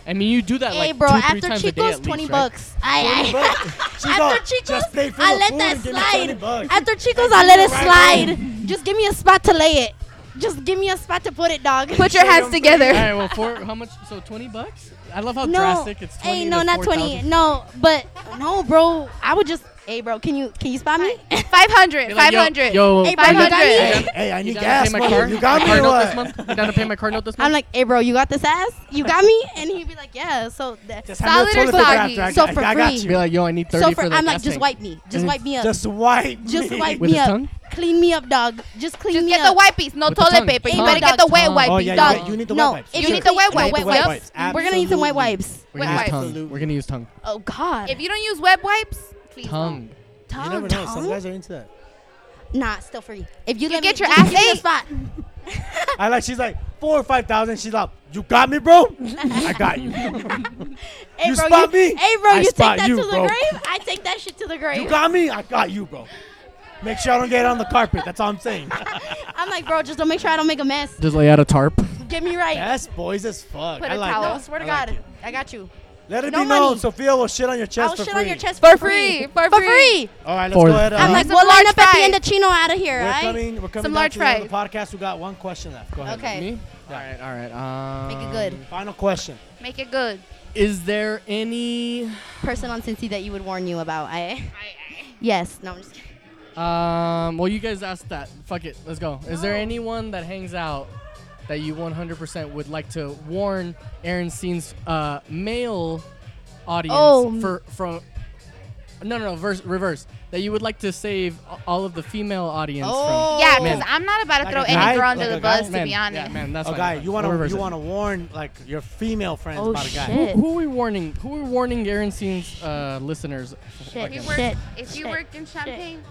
C: I mean, you do that
D: Hey,
C: like
D: bro,
C: two, three
D: after
C: times a day
D: Chico's,
C: at
D: 20
C: least, right?
D: bucks. [LAUGHS] I, I,
A: She
D: After
A: go,
D: Chico's,
A: just pay for
D: I
A: the
D: let
A: food
D: that
A: and give me
D: slide.
A: 20 bucks.
D: After Chico's,
A: And
D: I
A: you
D: let it
A: were right.
D: slide. Just give me a spot to lay it. Just give me a spot to put it, dog.
E: Put your hands together.
C: All right, well, for how much? So twenty bucks? I love how
D: no,
C: drastic it's. 20
D: hey,
C: to
D: no, not
C: 4,000.
D: No, but no, bro. I would just. Hey, bro, can you can you spot me?
E: 500,
C: Be like, yo-
E: 500.
C: Yo,
D: Hey, bro,
C: you
D: you got me?
E: 500.
A: Hey, hey, I
C: You
A: need
C: gotta
A: gas
C: pay my
A: money.
C: car.
A: You got me
C: car
A: or
C: note this
A: what?
C: month. You gotta pay my car note this month.
D: I'm like, hey, bro, you got this ass? You got me? [LAUGHS] And he'd be like, yeah. So that,
A: Just have
E: Solid
A: no
E: or
A: toilet paper
E: soggy?
A: after. I,
D: So
A: I,
D: for
A: I got
D: free.
C: be
A: you.
C: like, yo, I need thirty
D: so
C: for,
D: for
C: the
D: I'm like,
C: gas
D: just
C: tank.
D: wipe me. Just
C: Mm.
D: wipe me up.
A: Mm-hmm. Just wipe.
D: Just
A: me.
D: wipe
C: With
D: me
C: his
D: up.
C: tongue?
D: Clean me up, dog. Just clean
E: Just
D: me
E: get
D: up.
E: the wipes, no
C: With the
E: toilet
C: tongue.
E: paper. You
D: Tongue.
E: better get the wet
C: Tongue.
E: wipes,
A: Oh yeah,
E: dog.
A: you, you need the
D: no,
A: wet wipes.
D: if
E: You
A: Sure.
E: need the wet
A: wipes.
E: wipes.
A: Wet
E: Yep.
A: wipes.
D: We're gonna need some
A: Absolutely.
D: white wipes.
C: We're
E: Wet
C: gonna use
E: wipes.
C: tongue. We're gonna use tongue.
D: Oh God.
E: If you don't use wet wipes, please
C: Tongue.
A: You
D: tongue,
A: never know. Some
D: tongue?
A: guys are into that.
D: Nah, still free. If you,
E: You
D: let
E: get
D: me,
E: your
D: just
E: ass
D: give me a
E: ate.
D: spot.
A: I like. She's like four or five thousand. She's like, you got me, bro. I got
D: [LAUGHS]
A: you.
D: Hey,
A: You
D: bro,
A: spot
D: you,
A: me?
D: Hey, bro,
A: I
D: you take
A: spot
D: that
A: you,
D: to the
A: bro.
D: grave? I take that shit to the
A: You
D: grave.
A: got me. I got you, bro. Make sure I don't get on the carpet. That's all I'm saying.
D: I'm like, bro, just don't make sure I don't make a mess.
C: Just lay out a tarp.
D: Get me right.
A: That's boys as fuck.
D: Put
A: I
D: a
A: like
D: towel.
A: that.
D: Swear to
A: I like
D: God,
A: it.
D: I got you.
A: Let it
D: No
A: be known.
D: money.
A: Sophia will shit on your chest
D: I'll
A: for
D: shit
A: free.
D: on your chest
E: For
D: for
E: free,
D: free.
E: for free.
A: All right, let's
C: For-
A: go ahead.
D: I'm
A: uh,
D: like,
E: Some
D: we'll line
E: large
D: up at the
E: fries.
D: end of Chino out of here,
A: we're
D: right?
A: coming. We're coming
E: Some
A: down
E: large
A: to the end of the
E: fries.
A: podcast. We got one question left. Go ahead.
D: Okay.
C: Me? All right, all right. Um,
D: Make it good.
A: Final question.
E: Make it good.
C: Is there any
D: Person on Cincy that you would warn you about. I. [LAUGHS] Yes. No, I'm just kidding.
C: Um. Well, you guys asked that. Fuck it. Let's go. Is there anyone that hangs out that you 100% would like to warn Aaron Scene's uh, male audience
D: Oh, m-
C: for from? No, no, no. Verse, reverse. That you would like to save a- all of the female audience
D: Oh.
E: Yeah, because
C: Man.
E: I'm not about to
A: Like
E: throw
A: a
E: any
A: guy?
E: girl under
A: Like
E: the
A: a guy?
E: bus,
C: from.
E: to be honest.
C: yeah, man, that's
A: Oh,
C: fine,
A: guy,
C: fine.
A: you
C: We'll
A: want to
C: reverse
A: you
C: it.
A: want to warn like your female friends
D: Oh
A: about a guy.
D: shit.
C: Who are we warning? Who are we warning Aaron Scene's uh, listeners?
D: Shit.
E: If
C: Fucking-
E: you work,
D: Shit.
E: if you
D: Shit.
E: work in Champagne,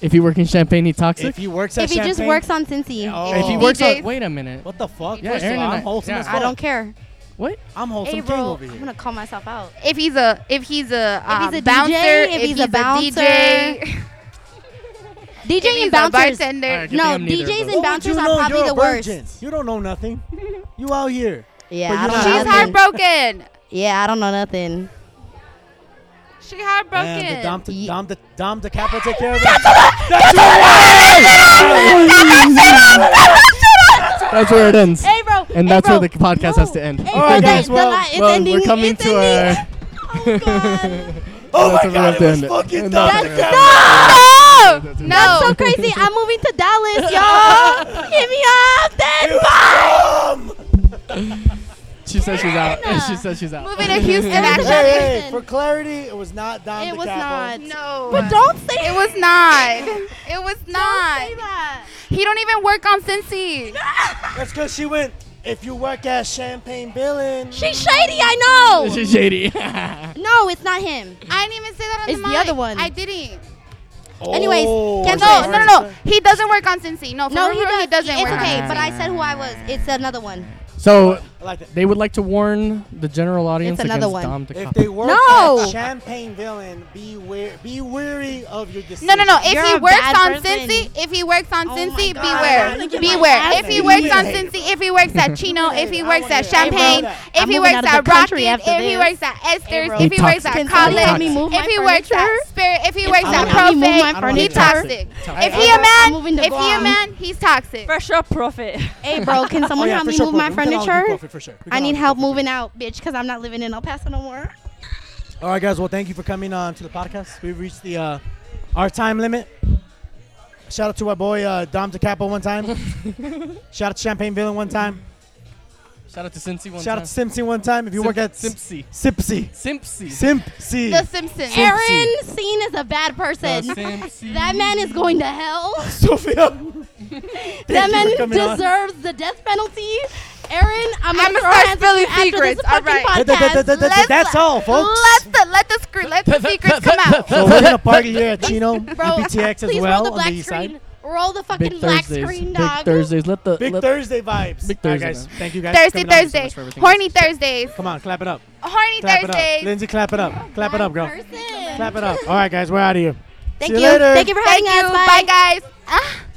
C: If you work in Champagne, he toxic.
A: If he works at
D: If he just
A: Champagne-
D: works on Cincy,
A: Oh.
C: If he
A: Oh.
C: works
E: DJs.
C: out. Wait a minute.
A: what the fuck?
C: Yeah,
A: First of
C: Aaron
A: all,
C: and
A: I'm
C: I-
A: wholesome
C: yeah.
A: as fuck.
D: I don't care.
C: What? [LAUGHS]
A: I'm wholesome
D: Hey,
A: king
D: bro,
A: over
D: I'm
A: here.
D: gonna call myself [LAUGHS] out.
E: if he's a if he's a,
D: he's
E: um,
D: a DJ,
E: bouncer,
D: if he's a
E: DJ, if
D: DJ
E: he's
D: and
E: a
D: bouncers.
E: bartender,
C: Alright, good
D: No,
C: thing I'm neither of
D: DJs
C: those.
D: and
A: What would
D: bouncers
A: you
D: are
A: know?
D: probably
A: You're a
D: the worst.
A: virgin. You don't know
D: [LAUGHS]
A: nothing. You out here.
D: Yeah,
A: But you're
D: I
A: not
D: don't know
E: she's
A: Nothing.
D: nothing.
E: heartbroken.
D: Yeah, I don't know [LAUGHS] nothing.
E: She heartbroken.
A: Man, the Dom,
D: Ye-
A: Dom, the Dom DiCaprio take
D: [LAUGHS]
A: care of that. That's your wife.
C: That's where it ends.
D: Hey, bro.
C: And
D: hey,
C: that's
D: bro.
C: where the podcast has to end.
D: Hey,
A: All right,
D: bro,
A: guys,
D: the- the
A: well-
D: li- it's
C: well,
D: ending.
C: we're coming
D: it's
C: to
D: ending.
C: our. [LAUGHS]
D: Oh,
A: Oh my
D: [LAUGHS] God.
C: That's what we have
A: God, it was
C: to end it.
A: fucking
C: And
A: Dom
C: that's-
A: DiCaprio.
E: no, Oh! no.
A: [LAUGHS]
D: That's so Oh, [LAUGHS] crazy. I'm moving to Dallas, y'all. Hit me up. Then bye.
C: She says she's out.
D: Anna.
C: she says she's out.
E: Moving to Houston. actually.
A: Hey, hey,
D: Jefferson.
A: for clarity, it was not Dom
D: It
A: DiCaprio.
D: was not.
E: No,
D: But don't say
E: It was not. It was not.
D: Don't say that.
E: He don't even work on Cincy.
A: That's because she went. If you work at Champagne Billin,
D: She's shady, I know.
C: [LAUGHS] She's shady.
D: No, it's not him.
E: I didn't even say that on
D: It's
E: the
D: the
E: mic.
D: other one.
E: I didn't.
D: Anyways,
A: Oh,
D: can-
E: No,
A: sorry,
E: no, no,
A: sorry.
E: no. He doesn't work on Cincy. No, for
D: No,
E: real,
D: he, does.
E: he doesn't
D: It's
E: work on
D: okay,
E: Cincy.
D: but I said who I was. It's another one.
C: so
A: I like that.
C: they would like to warn the general audience
D: It's another
C: against
D: one.
C: Dom to
A: If they work
D: No.
A: at Champagne Villain, be wary, be weary of your decision.
E: No, no, no. If
D: You're
E: he
D: a
E: works
D: bad
E: on
D: person.
E: Cincy, if he works on
D: Oh my
E: Cincy,
D: God,
A: I'm gonna
E: beware.
A: get
D: my
E: Beware.
D: ass
E: If he
A: beat.
E: works on
A: Hey, bro.
E: Cincy, if he works at Chino,
A: Hey,
E: if he
A: I
E: works
A: wanna
E: at
A: hear that.
E: Champagne,
A: Hey, bro.
E: if
D: I'm
E: he
D: moving
E: works
D: out
E: at
D: of the country
E: Rockland,
D: after
E: if he
D: this.
E: works at Esther's,
C: bro.
E: if he
C: Detox.
E: works at
D: Can someone help me
E: College,
D: move my
E: if he works
D: furniture?
E: at Spirit, if he works
D: someone
E: at
D: help me move my
E: Profit, he's
A: furniture?
E: toxic.
A: Toxic.
E: If he a
D: I'm moving
E: man,
D: to
E: if he a
D: Guam.
E: man, he's toxic.
I: for sure, profit.
D: Hey, bro, can
A: Oh,
D: someone
A: yeah,
D: help
A: for
D: me
A: sure,
D: move
A: Brooklyn.
D: my
A: We can all do
D: furniture?
A: Brooklyn, for sure. We
D: I
A: can all
D: need
A: do
D: help
A: Brooklyn.
D: moving out, bitch, because I'm not living in El Paso no more.
A: All right, guys. Well, thank you for coming on to the podcast. We've reached the uh, our time limit. Shout out to our boy uh, Dom DeCapo one
D: [LAUGHS]
A: time. Shout out to Champagne Villain one time.
C: Shout out to Cincy one
A: Shout
C: time.
A: out to Simpsy one time. If you work at Simp-
C: Simpsy.
A: Simpsy.
C: Simpsy.
A: Simpsy.
D: The Simpsons.
A: Simpsons.
D: Aaron seen as a bad person.
C: The Simpsy.
D: That
C: [LAUGHS]
D: man is going to hell.
A: [LAUGHS]
D: [LAUGHS]
A: Sophia.
D: that
A: you
D: man
A: for coming on.
D: deserves the death penalty. Aaron, I'm
E: I'ma
D: gonna throw
E: start
D: hands at
E: spilling
D: you after
E: secrets.
D: This fucking
E: Alright.
A: Th- th-
D: podcast.
A: th- th- th-
E: Let's-
A: that's all, folks.
D: [LAUGHS]
E: Let's the, let the scre-
C: [LAUGHS]
E: let the secrets come out.
A: so we're gonna party here at Chino
D: [LAUGHS] Bro,
A: BTX as
D: please
A: well
D: roll the
A: on
D: black
A: the east
D: screen.
A: side.
D: Roll the fucking
C: Big
D: black
C: Thursdays.
D: screen,
C: Big
D: dog.
C: Thursdays. Let the
A: Big
C: let
A: Thursday vibes.
C: Big
A: All right,
C: Thursday,
A: guys.
C: man.
A: Thank you guys. for
E: Thursday,
A: coming on.
C: so
E: Thursday,
C: much for everything.
E: horny Thursdays,
A: Come on, clap it up.
E: horny
A: Clap it up.
E: Thursdays.
A: Lindsay, clap it up. Clap it up, girl.
D: Person.
A: Clap it up. All right, guys, we're out of here.
D: Thank
A: See
D: you.
A: you later.
D: Thank you for having
E: Thank
D: us.
C: Uh-huh.
E: you. Bye, guys. Ah.